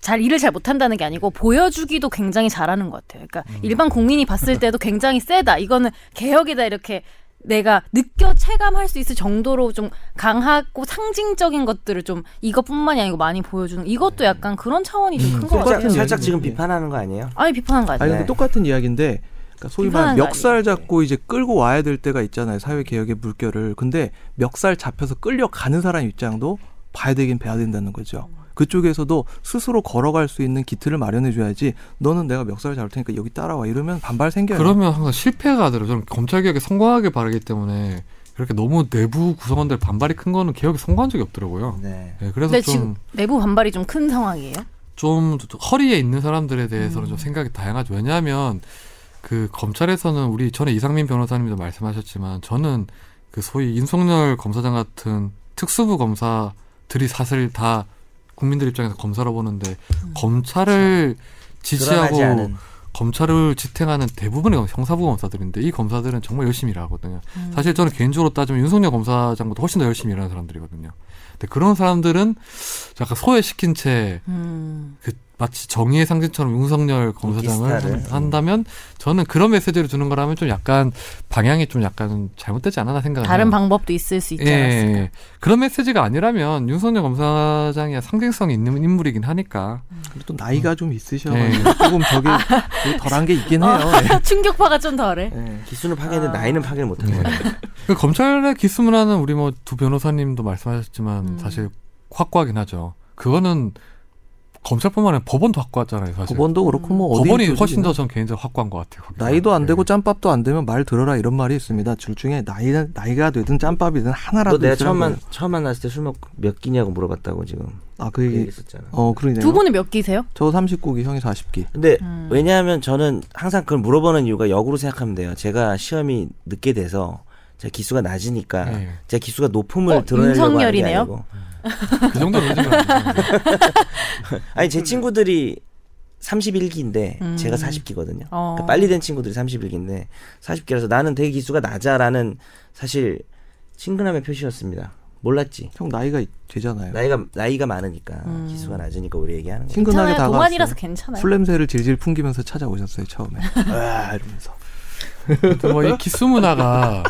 Speaker 2: 잘 일을 잘 못한다는 게 아니고 보여주기도 굉장히 잘하는 것 같아요. 그러니까 일반 국민이 봤을 때도 굉장히 세다. 이거는 개혁이다 이렇게 내가 느껴 체감할 수 있을 정도로 좀 강하고 상징적인 것들을 좀 이것뿐만이 아니고 많이 보여주는 이것도 약간 그런 차원이 좀 큰 것
Speaker 4: 살짝,
Speaker 2: 같아요.
Speaker 3: 똑같은
Speaker 4: 살짝
Speaker 3: 이야기는-
Speaker 4: 지금
Speaker 3: 예.
Speaker 4: 비판하는 거 아니에요?
Speaker 2: 아니 비판한 거
Speaker 3: 아니
Speaker 2: 아니에요?
Speaker 3: 근데
Speaker 4: 네.
Speaker 3: 똑같은 이야기인데 그러니까 소위 말하면
Speaker 2: 비판하는 거
Speaker 3: 멱살 잡고 이제 끌고 와야 될 때가 있잖아요 사회 개혁의 물결을 근데 멱살 잡혀서 끌려가는 사람 입장도 봐야 되긴 봐야 된다는 거죠 그쪽에서도 스스로 걸어갈 수 있는 기틀을 마련해 줘야지 너는 내가 멱살 잡을 테니까 여기 따라와 이러면 반발
Speaker 2: 네.
Speaker 3: 생겨요
Speaker 1: 그러면 항상 실패가 하더라고요. 저는 검찰 개혁에 성공하길 바라기 때문에 그렇게 너무 내부 구성원들 반발이 큰 거는 개혁에 성공한 적이 없더라고요.
Speaker 4: 네.
Speaker 1: 예, 그래서
Speaker 2: 근데
Speaker 1: 좀
Speaker 2: 지금
Speaker 1: 좀
Speaker 2: 내부 반발이 좀 큰 상황이에요.
Speaker 1: 허리에 있는 사람들에 대해서는
Speaker 4: 음.
Speaker 1: 좀 생각이 다양하죠. 왜냐하면 그 검찰에서는 우리 전에 이상민 변호사님도 말씀하셨지만 저는 그 소위 인성열 검사장 같은 특수부 검사들이 사실 다 국민들 입장에서 검사로 보는데 검찰을
Speaker 4: 음. 그렇죠. 드러나지
Speaker 1: 지지하고
Speaker 4: 않은
Speaker 1: 검찰을 지탱하는 대부분의 형사부 검사들인데 이 검사들은 정말 열심히 일하거든요.
Speaker 4: 음.
Speaker 1: 사실 저는 개인적으로 따지면 윤석열 검사장보다 훨씬 더 열심히 일하는 사람들이거든요. 근데 그런 사람들은 약간 소외시킨 채
Speaker 2: 음.
Speaker 1: 그 마치 정의의 상징처럼 윤석열
Speaker 3: 음.
Speaker 1: 검사장을
Speaker 4: 스타를.
Speaker 1: 한다면 저는 그런 메시지를 주는 거라면 좀 약간 방향이 좀 약간 잘못되지 않았나 생각을
Speaker 2: 다른
Speaker 1: 해요.
Speaker 2: 방법도 있을 수 있지 않았을까.
Speaker 1: 아. 예, 그런 메시지가 아니라면 윤석열 검사장이 상징성이 있는 인물이긴 하니까
Speaker 3: 그리고 또 나이가 좀 있으셔가지고
Speaker 1: 네. 어.
Speaker 3: 조금 저게 좀 덜한 게 있긴 해요
Speaker 2: 아, 충격파가 좀 덜해.
Speaker 3: 예. 예.
Speaker 4: 기수는 파괴했는데
Speaker 2: 아.
Speaker 4: 나이는 파괴를 못한
Speaker 1: 네.
Speaker 4: 거예요.
Speaker 1: 그 검찰의 기수 문화는 우리 뭐 두 변호사님도 말씀하셨지만
Speaker 2: 음.
Speaker 1: 사실 확고하긴 하죠. 그거는 검찰뿐만 아니라 법원도 확고하잖아요. 사실
Speaker 3: 법원도 그렇고 뭐 어디
Speaker 1: 법원이 훨씬 더 전 개인적으로 확고한 것 같아요. 거기가.
Speaker 3: 나이도 안 되고
Speaker 1: 네.
Speaker 3: 짬밥도 안 되면 말 들어라 이런 말이 있습니다. 둘 중에 나이 나이가 되든 짬밥이든 하나라도
Speaker 4: 너 내가
Speaker 3: 있으라는
Speaker 4: 처음, 만,
Speaker 3: 거예요.
Speaker 4: 처음 만났을 때 술 먹고 몇 끼냐고 물어봤다고 지금
Speaker 3: 아, 그
Speaker 4: 그
Speaker 3: 얘기
Speaker 4: 얘기했었잖아.
Speaker 3: 어 그러네요.
Speaker 2: 두 분은 몇 기세요?
Speaker 3: 저 39기 형이 40기.
Speaker 4: 근데
Speaker 2: 음.
Speaker 4: 왜냐하면 저는 항상 그걸 물어보는 이유가 역으로 생각하면 돼요. 제가 시험이 늦게 돼서 제가 기수가 낮으니까
Speaker 1: 네.
Speaker 4: 제가 기수가 높음을
Speaker 2: 어,
Speaker 4: 드러내려고 하는 게
Speaker 2: 윤석열이네요?
Speaker 4: 아니고
Speaker 1: 그 정도 는요
Speaker 4: 아니 제 친구들이 31기인데
Speaker 2: 음.
Speaker 4: 제가 40기거든요.
Speaker 2: 어.
Speaker 4: 그러니까 빨리 된 친구들이 31기인데 40기라서 나는 되게 기수가 낮아라는 사실 친근함의 표시였습니다. 몰랐지.
Speaker 3: 형 나이가 되잖아요.
Speaker 4: 나이가 나이가 많으니까 기수가 낮으니까 우리 얘기하는 거.
Speaker 3: 친근하게
Speaker 2: 괜찮아요. 동안이라서
Speaker 3: 다가왔어요.
Speaker 2: 괜찮아요.
Speaker 3: 술 냄새를 질질 풍기면서 찾아오셨어요 처음에. 아 이러면서.
Speaker 1: 뭐이 기수 문화가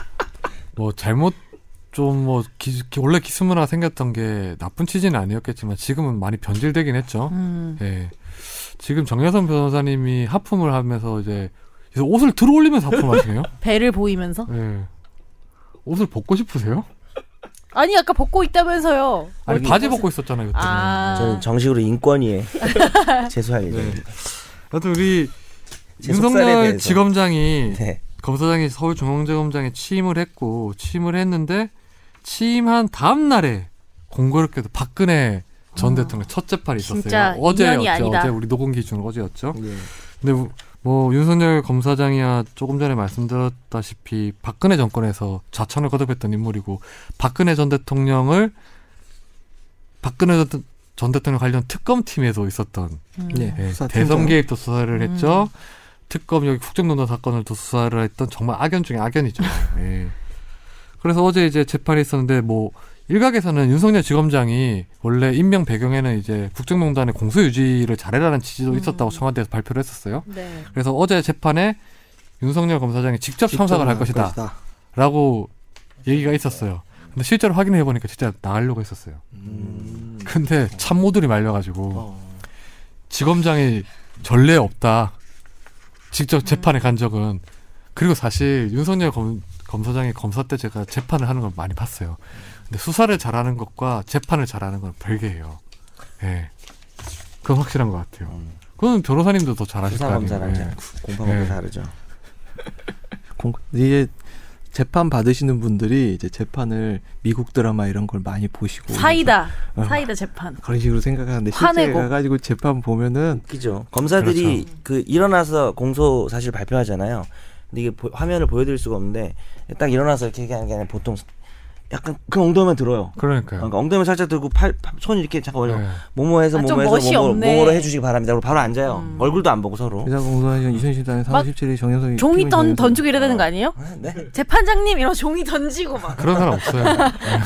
Speaker 1: 뭐 잘못 좀 뭐 원래 기수 문화가 생겼던 게 나쁜 취지는 아니었겠지만 지금은 많이 변질되긴 했죠.
Speaker 2: 음.
Speaker 1: 예. 지금 정여선 변호사님이 하품을 하면서 이제 그래서 옷을 들어올리면서 하품하시네요.
Speaker 2: 배를 보이면서?
Speaker 1: 예. 옷을 벗고 싶으세요?
Speaker 2: 아니 아까 벗고 있다면서요.
Speaker 1: 아니
Speaker 4: 아니,
Speaker 1: 바지 벗고 있었잖아요 그때. 는
Speaker 2: 아.
Speaker 4: 네, 저는 정식으로 인권위에 재수할 예정입니다.
Speaker 1: 하여튼 우리
Speaker 4: 제 속살에
Speaker 1: 윤석열
Speaker 4: 대해서.
Speaker 1: 지검장이
Speaker 4: 네.
Speaker 1: 검사장이 서울중앙지검장에 취임을 했고 취임을 했는데 취임한 다음 날에 공교롭게도 박근혜 전 대통령 첫 재판이 있었어요.
Speaker 2: 아, 진짜 인연이
Speaker 1: 어제였죠.
Speaker 2: 아니다.
Speaker 1: 어제 우리 녹음 기준 어제였죠.
Speaker 4: 네.
Speaker 1: 근데 뭐- 뭐 윤석열 검사장이야 조금 전에 말씀드렸다시피 박근혜 정권에서 좌천을 거듭했던 인물이고 박근혜 전 대통령을 박근혜 전- 전 대통령 관련 특검팀에도 있었던
Speaker 2: 음.
Speaker 3: 예.
Speaker 1: 예,
Speaker 3: 수사
Speaker 1: 대선
Speaker 3: 팀장.
Speaker 1: 개입도 수사를 했죠. 특검 여기 국정농단 사건을 또 수사를 했던 정말 악연 중에 악연이죠. 예. 그래서 어제 이제 재판이 있었는데 뭐 일각에서는 윤석열 지검장이 원래 임명 배경에는 이제 국정농단의 공소 유지를 잘해라는 지지도 있었다고 청와대에서 발표를 했었어요.
Speaker 2: 네.
Speaker 1: 그래서 어제 재판에 윤석열 검사장이 직접 참석을 할 것이다라고 얘기가 있었어요. 근데 실제로 확인해 보니까 진짜 나가려고 했었어요.
Speaker 3: 음.
Speaker 1: 근데 참모들이 말려가지고
Speaker 3: 어.
Speaker 1: 지검장이 전례 없다. 직접 재판에 간 적은 그리고 사실 윤석열 검, 검사장이 검사 때 제가 재판을 하는 걸 많이 봤어요. 근데 수사를 잘하는 것과 재판을 잘하는 건 별개예요. 예, 그건 확실한 것 같아요. 그건 변호사님도 더 잘하실 거
Speaker 4: 수사
Speaker 1: 아니에요.
Speaker 4: 검사랑
Speaker 1: 예.
Speaker 4: 네. 공판검사
Speaker 1: 예.
Speaker 4: 다르죠.
Speaker 3: 공, 이제 재판 받으시는 분들이 이제 재판을 미국 드라마 이런 걸 많이 보시고
Speaker 2: 사이다.
Speaker 3: 어.
Speaker 2: 사이다 재판.
Speaker 3: 그런 식으로 생각하는데 실제
Speaker 2: 화내고.
Speaker 3: 가가지고 재판 보면은
Speaker 4: 그렇죠. 웃기죠. 검사들이 그 일어나서 공소 사실 발표하잖아요. 근데 이게 보- 화면을 보여드릴 수가 없는데 딱 일어나서 이렇게 얘기하는 게 아니라 보통 약간 그 엉덩이만 들어요.
Speaker 1: 그러니까요.
Speaker 4: 그러니까 엉덩이 살짝 들고 팔, 팔- 손 이렇게 잠깐 올려.
Speaker 1: 네.
Speaker 4: 뭐뭐 해서
Speaker 2: 아, 좀
Speaker 4: 뭐뭐
Speaker 2: 멋이
Speaker 4: 해서 뭐뭐
Speaker 2: 없네. 음.
Speaker 4: 뭐로 해주시기 바랍니다. 그리고 바로 앉아요. 얼굴도 안 보고 서로.
Speaker 3: 기사공소하신 2014년 4월
Speaker 2: 막
Speaker 3: 17일 정현석이
Speaker 2: 종이
Speaker 3: 피고인
Speaker 2: 던,
Speaker 3: 정현석이-
Speaker 2: 던지고 이래야 되는 거 아니에요?
Speaker 4: 네.
Speaker 2: 재판장님 이런 종이 던지고 막
Speaker 1: 그런 사람 없어요.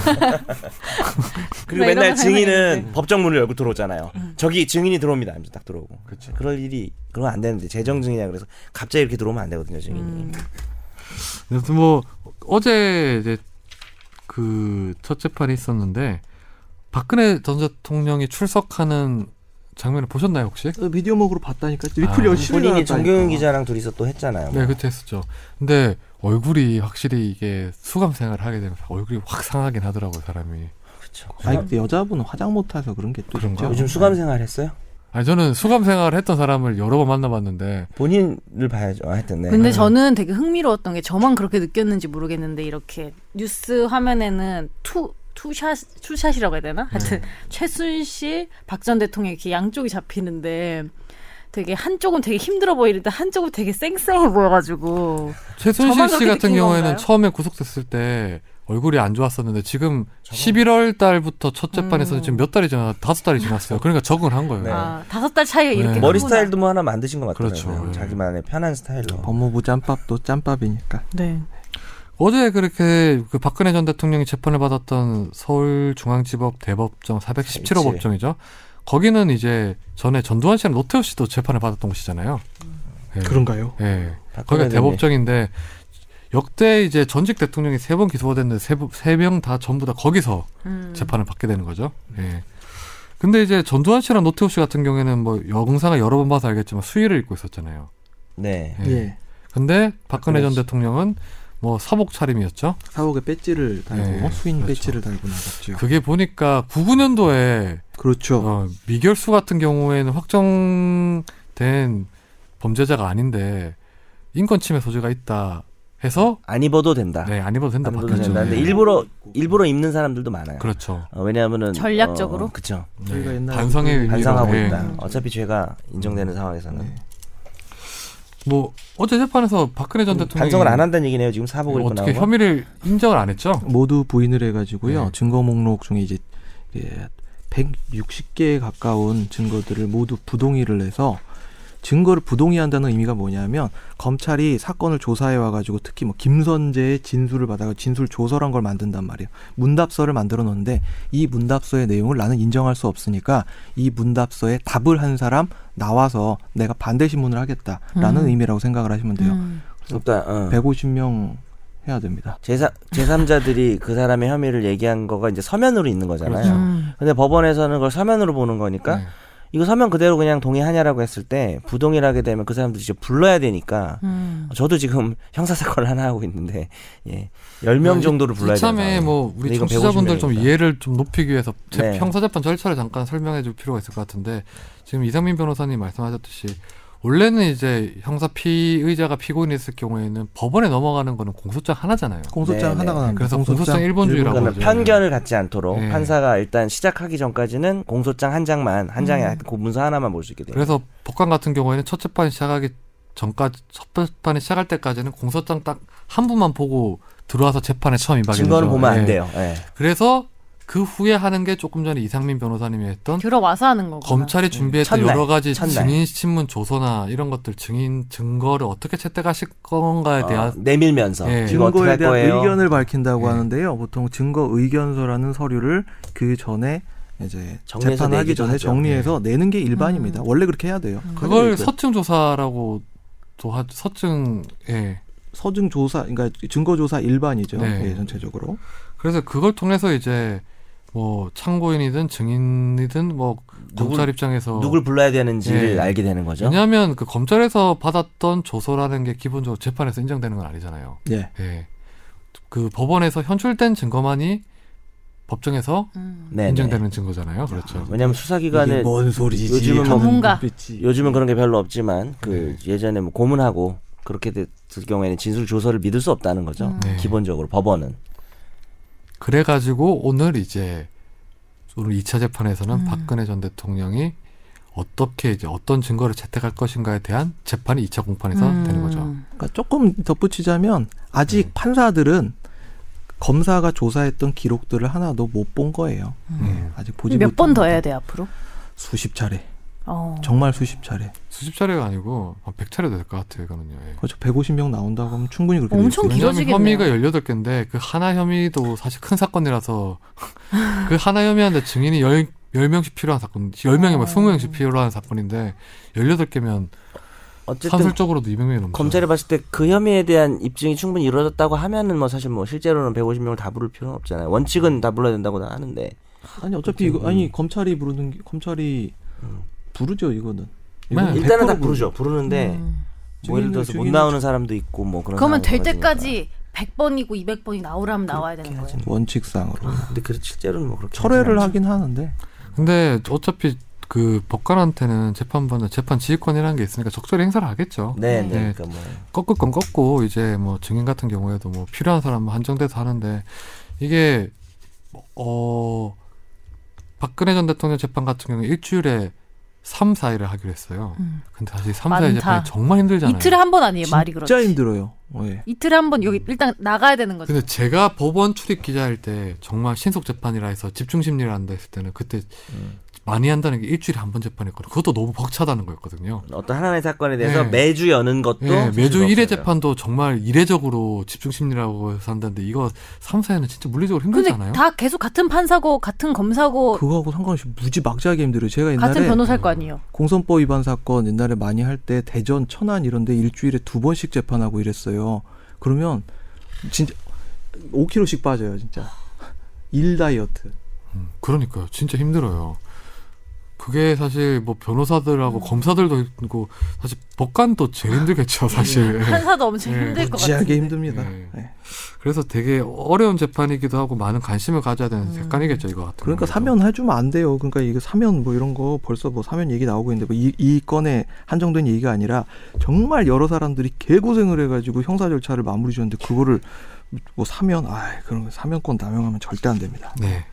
Speaker 4: 그리고
Speaker 2: 막 이런
Speaker 4: 맨날
Speaker 2: 거 하면
Speaker 4: 증인은 법정 문을 열고 들어오잖아요.
Speaker 2: 음.
Speaker 4: 저기 증인이 들어옵니다. 하면서 딱 들어오고. 그렇죠. 그럴 일이 그러면 안 되는데 재정 증인이라 그래서 갑자기 이렇게 들어오면 안 되거든요, 증인이.
Speaker 2: 음.
Speaker 1: 아무튼 뭐 어제 이제 그 첫 재판이 있었는데 박근혜 전 대통령이 출석하는 장면을 보셨나요 혹시?
Speaker 3: 어, 비디오 목으로 봤다니까 리플이
Speaker 1: 아,
Speaker 3: 열심히
Speaker 4: 본인이
Speaker 3: 나왔다니까.
Speaker 4: 정경윤 기자랑 둘이서 또 했잖아요.
Speaker 1: 네 그때 했었죠. 근데 얼굴이 확실히 이게 수감 생활을 하게 되면 얼굴이 확 상하긴 하더라고요 사람이.
Speaker 4: 그렇죠.
Speaker 3: 아니 근데 여자분은 화장 못해서 그런 게 또
Speaker 1: 그런가?
Speaker 3: 있죠. 네.
Speaker 4: 요즘 수감 생활 했어요?
Speaker 1: 아니 저는 수감 생활을 했던 사람을 여러 번 만나봤는데
Speaker 4: 본인을 봐야죠. 아, 하여튼 네.
Speaker 2: 근데 저는 되게 흥미로웠던 게 저만 그렇게 느꼈는지 모르겠는데 이렇게 뉴스 화면에는 투 투샷 투샷이라고 해야 되나? 하여튼 최순실, 박 전 대통령 이렇게 양쪽이 잡히는데 되게 한쪽은 되게 힘들어 보이는데 한쪽은 되게 쌩쌩해 보여가지고 저만
Speaker 1: 최순실 씨
Speaker 2: 그렇게
Speaker 1: 같은
Speaker 2: 느낀
Speaker 1: 경우에는
Speaker 2: 건가요?
Speaker 1: 처음에 구속됐을 때 얼굴이 안 좋았었는데 지금 11월 달부터 첫 재판에서 지금 몇 달이 지나 다섯 달이 지났어요. 그러니까 적응을 한 거예요.
Speaker 4: 네.
Speaker 2: 음. 아 다섯 달 차이가 이렇게
Speaker 1: 네.
Speaker 4: 머리
Speaker 2: 크구나.
Speaker 4: 스타일도 뭐 하나 만드신 것 같아요.
Speaker 1: 그렇죠. 예.
Speaker 4: 자기만의 편한 스타일로.
Speaker 3: 법무부 짬밥도 짬밥이니까.
Speaker 2: 네.
Speaker 1: 어제 그렇게 그 박근혜 전 대통령이 재판을 받았던 서울중앙지법 대법정 417호
Speaker 4: 그치.
Speaker 1: 법정이죠. 거기는 이제 전에 전두환 씨랑 노태우 씨도 재판을 받았던 곳이잖아요. 예.
Speaker 3: 그런가요?
Speaker 1: 예.
Speaker 4: 박근혜
Speaker 1: 거기가
Speaker 4: 대통령.
Speaker 1: 대법정인데 역대 이제 전직 대통령이 세 번 기소가 됐는데 세명 다 전부 다 거기서
Speaker 2: 음.
Speaker 1: 재판을 받게 되는 거죠. 예. 근데 이제 전두환 씨랑 노태우 씨 같은 경우에는 뭐 영상을 여러 번 봐서 알겠지만 수의를 입고 있었잖아요.
Speaker 4: 네.
Speaker 1: 예.
Speaker 3: 예.
Speaker 1: 근데 박근혜 전
Speaker 4: 씨.
Speaker 1: 대통령은 뭐 사복 차림이었죠.
Speaker 3: 사복에 배지를 달고
Speaker 1: 예,
Speaker 3: 수인
Speaker 1: 그렇죠.
Speaker 3: 배지를 달고 나갔죠.
Speaker 1: 그게 보니까 99년도에
Speaker 3: 그렇죠.
Speaker 1: 어, 미결수 같은 경우에는 확정된 범죄자가 아닌데 인권 침해 소지가 있다 해서
Speaker 4: 안 입어도 된다.
Speaker 1: 네, 안 입어도 된다
Speaker 4: 안 입어도
Speaker 1: 바뀌었죠.
Speaker 4: 된다. 근데
Speaker 1: 예.
Speaker 4: 일부러 일부러 입는 사람들도 많아요.
Speaker 1: 그렇죠.
Speaker 4: 어, 왜냐하면은
Speaker 2: 전략적으로?
Speaker 4: 어, 그쵸.
Speaker 3: 저희가
Speaker 1: 네,
Speaker 3: 옛날에
Speaker 1: 반성의
Speaker 3: 그
Speaker 1: 의미로
Speaker 4: 반성하고
Speaker 1: 예.
Speaker 4: 있다. 어차피 죄가
Speaker 1: 네.
Speaker 4: 인정되는 상황에서는
Speaker 1: 뭐 어제 재판에서 박근혜 전 대통령이
Speaker 4: 음, 반성을 안 한다는 얘기네요. 지금 사복을 입고
Speaker 1: 어떻게
Speaker 4: 나온 거.
Speaker 1: 혐의를 인정을 안 했죠?
Speaker 3: 모두 부인을 해가지고요.
Speaker 1: 네.
Speaker 3: 증거 목록 중에 이제 예, 160개에 가까운 증거들을 모두 부동의를 해서 증거를 부동의한다는 의미가 뭐냐면 검찰이 사건을 조사해 와가지고 특히 뭐 김선재의 진술을 받아가 진술 조서란 걸 만든단 말이에요. 문답서를 만들어 놓는데 이 문답서의 내용을 나는 인정할 수 없으니까 이 문답서에 답을 한 사람 나와서 내가 반대 신문을 하겠다라는
Speaker 2: 음.
Speaker 3: 의미라고 생각을 하시면 돼요.
Speaker 2: 음.
Speaker 4: 그러니까 어.
Speaker 3: 150명 해야 됩니다.
Speaker 4: 제사, 제3자들이 그 사람의 혐의를 얘기한 거가 이제 서면으로 있는 거잖아요.
Speaker 1: 그렇죠.
Speaker 2: 음.
Speaker 4: 근데 법원에서는 그걸 서면으로 보는 거니까
Speaker 1: 네.
Speaker 4: 이거 서면 그대로 그냥 동의하냐라고 했을 때 부동의를 하게 되면 그 사람들 이제 불러야 되니까
Speaker 2: 음.
Speaker 4: 저도 지금 형사 사건을 하나 하고 있는데 예. 10명 정도를 불러야 되는
Speaker 1: 아, 이참에
Speaker 4: 상황이에요.
Speaker 1: 뭐
Speaker 4: 근데
Speaker 1: 우리
Speaker 4: 이건
Speaker 1: 청취자분들 좀
Speaker 4: 150명이니까.
Speaker 1: 이해를 좀 높이기 위해서 제
Speaker 4: 네.
Speaker 1: 형사재판 절차를 잠깐 설명해 줄 필요가 있을 것 같은데 지금 이상민 변호사님 말씀하셨듯이 원래는 이제 형사 피의자가 피고인이 있을 경우에는 법원에 넘어가는 거는 공소장 하나잖아요.
Speaker 3: 공소장
Speaker 4: 네,
Speaker 3: 하나가
Speaker 4: 네.
Speaker 3: 나옵니다.
Speaker 1: 그래서 공소장 일본주의라고
Speaker 4: 그러니까
Speaker 1: 하죠.
Speaker 4: 편견을 갖지 않도록
Speaker 1: 예.
Speaker 4: 판사가 일단 시작하기 전까지는 공소장 한 장만 한 장에
Speaker 1: 음.
Speaker 4: 그 문서 하나만 볼 수 있게 돼요.
Speaker 1: 그래서 법관 같은 경우에는 첫 재판 시작하기 전까지 첫 재판이 시작할 때까지는 공소장 딱 한 부만 보고 들어와서 재판에 처음 임하게 되죠.
Speaker 4: 증거는 보면
Speaker 1: 예.
Speaker 4: 안 돼요. 예.
Speaker 1: 그래서 그 후에 하는 게 조금 전에 이상민 변호사님이 했던
Speaker 2: 들어와서 하는 거구나.
Speaker 1: 검찰이 준비했던
Speaker 4: 네. 첫날,
Speaker 1: 여러 가지
Speaker 4: 첫날.
Speaker 1: 증인 신문 조서나 이런 것들 증인 증거를 어떻게 채택하실 건가에
Speaker 4: 어,
Speaker 1: 대한
Speaker 4: 내밀면서
Speaker 1: 예.
Speaker 4: 이거 네. 어떻게
Speaker 3: 증거에
Speaker 4: 할
Speaker 3: 대한
Speaker 4: 거예요? 네.
Speaker 3: 의견을 밝힌다고
Speaker 1: 예.
Speaker 3: 하는데요. 보통 증거 의견서라는 서류를 그 전에 이제
Speaker 4: 정리해서
Speaker 3: 재판하기
Speaker 4: 내기도
Speaker 3: 전에
Speaker 4: 하죠. 네.
Speaker 3: 정리해서 내는 게 일반입니다.
Speaker 2: 음.
Speaker 3: 원래 그렇게 해야 돼요.
Speaker 1: 그걸
Speaker 3: 서,
Speaker 1: 서증 조사라고 또 하, 서증 예
Speaker 3: 서증 조사, 그러니까 증거 조사 일반이죠.
Speaker 1: 네.
Speaker 3: 예, 전체적으로
Speaker 1: 그래서 그걸 통해서 이제 뭐 참고인이든 증인이든 뭐 검찰
Speaker 4: 누굴-
Speaker 1: 입장에서
Speaker 4: 누굴 불러야 되는지를
Speaker 1: 어. 예.
Speaker 4: 알게 되는 거죠.
Speaker 1: 왜냐하면 그 검찰에서 받았던 조서라는 게 기본적으로 재판에서 인정되는 건 아니잖아요.
Speaker 3: 예
Speaker 1: 예. 그 법원에서 현출된 증거만이 법정에서
Speaker 2: 음.
Speaker 4: 네, 네.
Speaker 1: 인정되는 증거잖아요. 그렇죠.
Speaker 4: 왜냐하면 수사기관에
Speaker 3: 뭔 소리지?
Speaker 4: 요즘은 뭐-
Speaker 2: 전문가.
Speaker 4: 요즘은 그런 게 별로 없지만 그
Speaker 3: 네.
Speaker 4: 예전에 뭐 고문하고 그렇게 됐을 경우에는 진술 조서를 믿을 수 없다는 거죠.
Speaker 2: 음.
Speaker 1: 네.
Speaker 4: 기본적으로 법원은
Speaker 1: 그래가지고 오늘 이제 오늘 2차 재판에서는
Speaker 2: 음.
Speaker 1: 박근혜 전 대통령이 어떻게 이제 어떤 증거를 채택할 것인가에 대한 재판이 2차 공판에서
Speaker 2: 음.
Speaker 1: 되는 거죠.
Speaker 3: 그러니까 조금 덧붙이자면
Speaker 4: 네.
Speaker 3: 아직 판사들은 검사가 조사했던 기록들을 하나도 못 본 거예요.
Speaker 1: 음.
Speaker 3: 아직 보지
Speaker 2: 몇 번
Speaker 3: 못한
Speaker 2: 더
Speaker 3: 거다.
Speaker 2: 해야 돼 앞으로?
Speaker 3: 수십 차례.
Speaker 2: 어.
Speaker 3: 정말 수십 차례.
Speaker 1: 수십 차례가 아니고 한 100차례도 될 것 같아요, 이거는요. 예.
Speaker 3: 그렇죠. 150명 나온다고 하면 충분히 그렇게
Speaker 2: 엄청
Speaker 3: 될수 있어요.
Speaker 1: 왜냐하면
Speaker 2: 길어지겠네요.
Speaker 1: 혐의가 18개인데 그 하나 혐의도 사실 큰 사건이라서 그 하나 혐의하는데 증인이 10, 10명씩 필요한 사건,
Speaker 2: 어.
Speaker 1: 10명이면 20명씩 필요한 사건인데 18개면
Speaker 4: 어쨌든
Speaker 1: 산술적으로도 200명이 넘죠.
Speaker 4: 검찰이 봤을 때 그 혐의에 대한 입증이 충분히 이루어졌다고 하면은 뭐 사실 뭐 실제로는 150명을 다 부를 필요는 없잖아요. 원칙은 다 불러야 된다고 하는데
Speaker 3: 아니 어차피 이거
Speaker 4: 그렇죠.
Speaker 3: 아니 검찰이 부르는 게- 검찰이 부르죠 이거는.
Speaker 1: 네.
Speaker 3: 이거는 100%
Speaker 4: 음. 일단은 다
Speaker 3: 부르죠.
Speaker 4: 부르죠. 부르는데
Speaker 2: 음.
Speaker 4: 뭐 예를 들어서 못
Speaker 3: 증인을
Speaker 4: 나오는 사람도 있고 뭐 그런
Speaker 2: 그러면 될
Speaker 4: 상황이
Speaker 2: 때까지 100번이고 200번이 나오라면 나와야 되는 거예요.
Speaker 3: 그러니까
Speaker 4: 하지는.
Speaker 3: 원칙상으로
Speaker 4: 근데 그 실제로는 뭐 그렇게
Speaker 3: 철회를
Speaker 4: 하진 않죠.
Speaker 3: 하긴 하는데
Speaker 1: 근데 어차피 그 법관한테는 재판부는 재판 지휘권이라는 게 있으니까 적절히 행사를 하겠죠.
Speaker 4: 네,
Speaker 1: 네.
Speaker 4: 네. 그러니까 뭐
Speaker 1: 꺾을 건 꺾고 이제 뭐 증인 같은 경우에도 뭐 필요한 사람은 한정돼서 하는데 이게 어 박근혜 전 대통령 재판 같은 경우는 일주일에 3, 4일을 하기로 했어요.
Speaker 2: 음.
Speaker 1: 근데 사실 3, 4일
Speaker 2: 많다.
Speaker 1: 재판이 정말 힘들잖아요.
Speaker 2: 이틀에 한 번 아니에요 말이 그렇지.
Speaker 3: 진짜 힘들어요. 예.
Speaker 2: 이틀에 한 번 여기 일단 나가야 되는 거죠.
Speaker 1: 근데 제가 법원 출입 기자일 때 정말 신속 재판이라 해서 집중 심리를 한다 했을 때는 그때 많이 한다는 게 일주일에 한 번 재판이었거든요. 그것도 너무 벅차다는 거였거든요.
Speaker 4: 어떤 하나의 사건에 대해서
Speaker 1: 네.
Speaker 4: 매주 여는 것도
Speaker 1: 예,
Speaker 4: 사실
Speaker 1: 매주
Speaker 4: 없어요.
Speaker 1: 1회 재판도 정말 이례적으로 집중심리라고 해서 한다는데 이거 3, 4회는 진짜 물리적으로 힘들지
Speaker 2: 근데
Speaker 1: 않아요?
Speaker 2: 다 계속 같은 판사고 같은 검사고
Speaker 3: 그거하고 상관없이 무지 막지하게 힘들어요. 제가
Speaker 2: 같은
Speaker 3: 옛날에
Speaker 2: 변호사일 거 아니에요.
Speaker 3: 공선법 위반 사건 옛날에 많이 할 때 대전 천안 이런데 일주일에 두 번씩 재판하고 이랬어요. 그러면 진짜 5kg씩 빠져요 진짜 일 다이어트.
Speaker 1: 음, 그러니까요. 진짜 힘들어요. 그게 사실 뭐 변호사들하고 검사들도 있고 사실 법관도
Speaker 2: 아.
Speaker 1: 제일 힘들겠죠,
Speaker 2: 네.
Speaker 1: 사실.
Speaker 2: 판사도 엄청
Speaker 1: 예.
Speaker 2: 힘들 것 같은데.
Speaker 3: 무지하게 힘듭니다.
Speaker 4: 네.
Speaker 1: 예.
Speaker 3: 예.
Speaker 1: 그래서 되게 어려운 재판이기도 하고 많은 관심을 가져야 되는
Speaker 2: 음.
Speaker 1: 재판이겠죠, 이거 같은 경우에도.
Speaker 3: 그러니까 사면 해주면 안 돼요. 그러니까 이게 사면 뭐 이런 거 벌써 뭐 사면 얘기 나오고 있는데 뭐이 이 건에 한정된 얘기가 아니라 정말 여러 사람들이 개고생을 해가지고 형사 절차를 마무리 지었는데 그거를 뭐 사면 아 그런 거 사면권 남용하면 절대 안 됩니다.
Speaker 1: 네.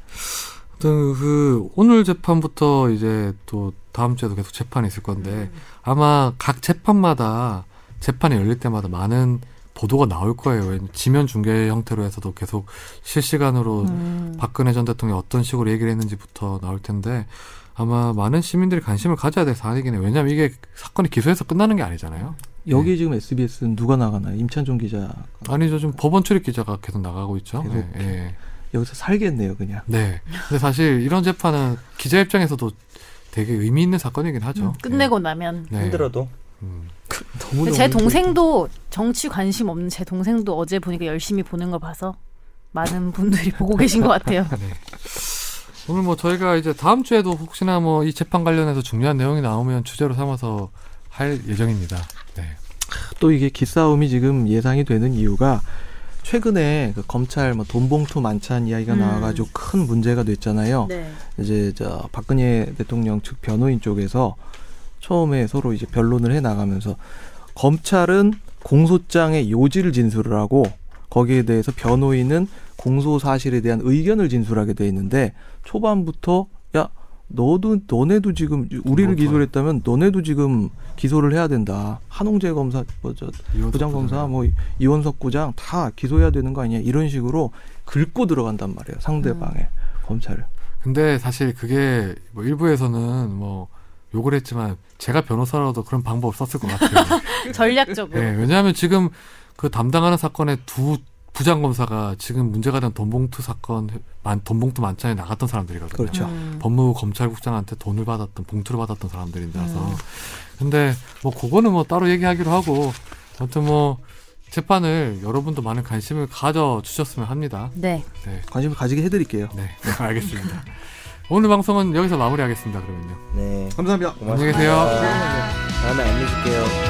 Speaker 1: 아무튼 그 오늘 재판부터 이제 또 다음 주에도 계속 재판이 있을 건데 아마 각 재판마다 재판이 열릴 때마다 많은 보도가 나올 거예요. 왜냐면 지면 중계 형태로 해서도 계속 실시간으로
Speaker 2: 음.
Speaker 1: 박근혜 전 대통령이 어떤 식으로 얘기를 했는지부터 나올 텐데 아마 많은 시민들이 관심을 가져야 될 사안이긴 해요. 왜냐면 이게 사건이 기소해서 끝나는 게 아니잖아요.
Speaker 3: 여기 지금 SBS는 누가 나가나요? 임찬종 기자
Speaker 1: 아니죠. 지금 법원 출입 기자가 계속 나가고 있죠.
Speaker 3: 계속.
Speaker 1: 예, 예.
Speaker 3: 여기서 살겠네요 그냥.
Speaker 1: 네. 근데 사실 이런 재판은 기자 입장에서도 되게 의미 있는 사건이긴 하죠.
Speaker 2: 음, 끝내고 나면.
Speaker 1: 네.
Speaker 4: 힘들어도
Speaker 1: 음.
Speaker 3: 너무
Speaker 2: 근데 제 동생도 정치 관심 없는 제 동생도 어제 보니까 열심히 보는 걸 봐서 많은 분들이 보고 계신 것 같아요.
Speaker 1: 네. 오늘 뭐 저희가 이제 다음 주에도 혹시나 뭐 이 재판 관련해서 중요한 내용이 나오면 주제로 삼아서 할 예정입니다. 네.
Speaker 3: 또 이게 기싸움이 지금 예상이 되는 이유가 최근에 그 검찰 뭐 돈봉투 만찬 이야기가
Speaker 2: 음.
Speaker 3: 나와가지고 큰 문제가 됐잖아요.
Speaker 2: 네.
Speaker 3: 이제 저 박근혜 대통령 측 변호인 쪽에서 처음에 서로 이제 변론을 해 나가면서 검찰은 공소장의 요지를 진술을 하고 거기에 대해서 변호인은 공소 사실에 대한 의견을 진술하게 돼 있는데 초반부터 야 너도 너네도 지금
Speaker 1: 그렇죠.
Speaker 3: 우리를 기소를 했다면 너네도 지금 기소를 해야 된다 한홍재 검사 뭐저
Speaker 1: 이원석
Speaker 3: 부장검사
Speaker 1: 부장.
Speaker 3: 뭐 이원석 부장 다 기소해야 되는 거 아니냐 이런 식으로 긁고 들어간단 말이에요 상대방의 검찰을
Speaker 1: 근데 사실 그게 뭐 일부에서는 뭐 욕을 했지만 제가 변호사라도 그런 방법 썼을 것 같아요.
Speaker 2: 전략적으로.
Speaker 1: 네, 왜냐하면 지금 그 담당하는 사건의 두 부장 검사가 지금 문제가 된 돈봉투 사건, 만- 돈봉투 만찬에 나갔던 사람들이거든요.
Speaker 3: 그렇죠.
Speaker 2: 음.
Speaker 1: 법무부 검찰국장한테 돈을 받았던 봉투를 받았던 사람들이라서 근데 뭐 그거는 뭐 따로 얘기하기로 하고 아무튼 뭐 재판을 여러분도 많은 관심을 가져 주셨으면 합니다.
Speaker 2: 네.
Speaker 1: 네,
Speaker 3: 관심을 가지게 해드릴게요.
Speaker 1: 네 알겠습니다. 오늘 방송은 여기서 마무리하겠습니다. 그러면요.
Speaker 4: 네.
Speaker 3: 감사합니다.
Speaker 1: 안녕히 계세요.
Speaker 4: 다음에 안내줄게요.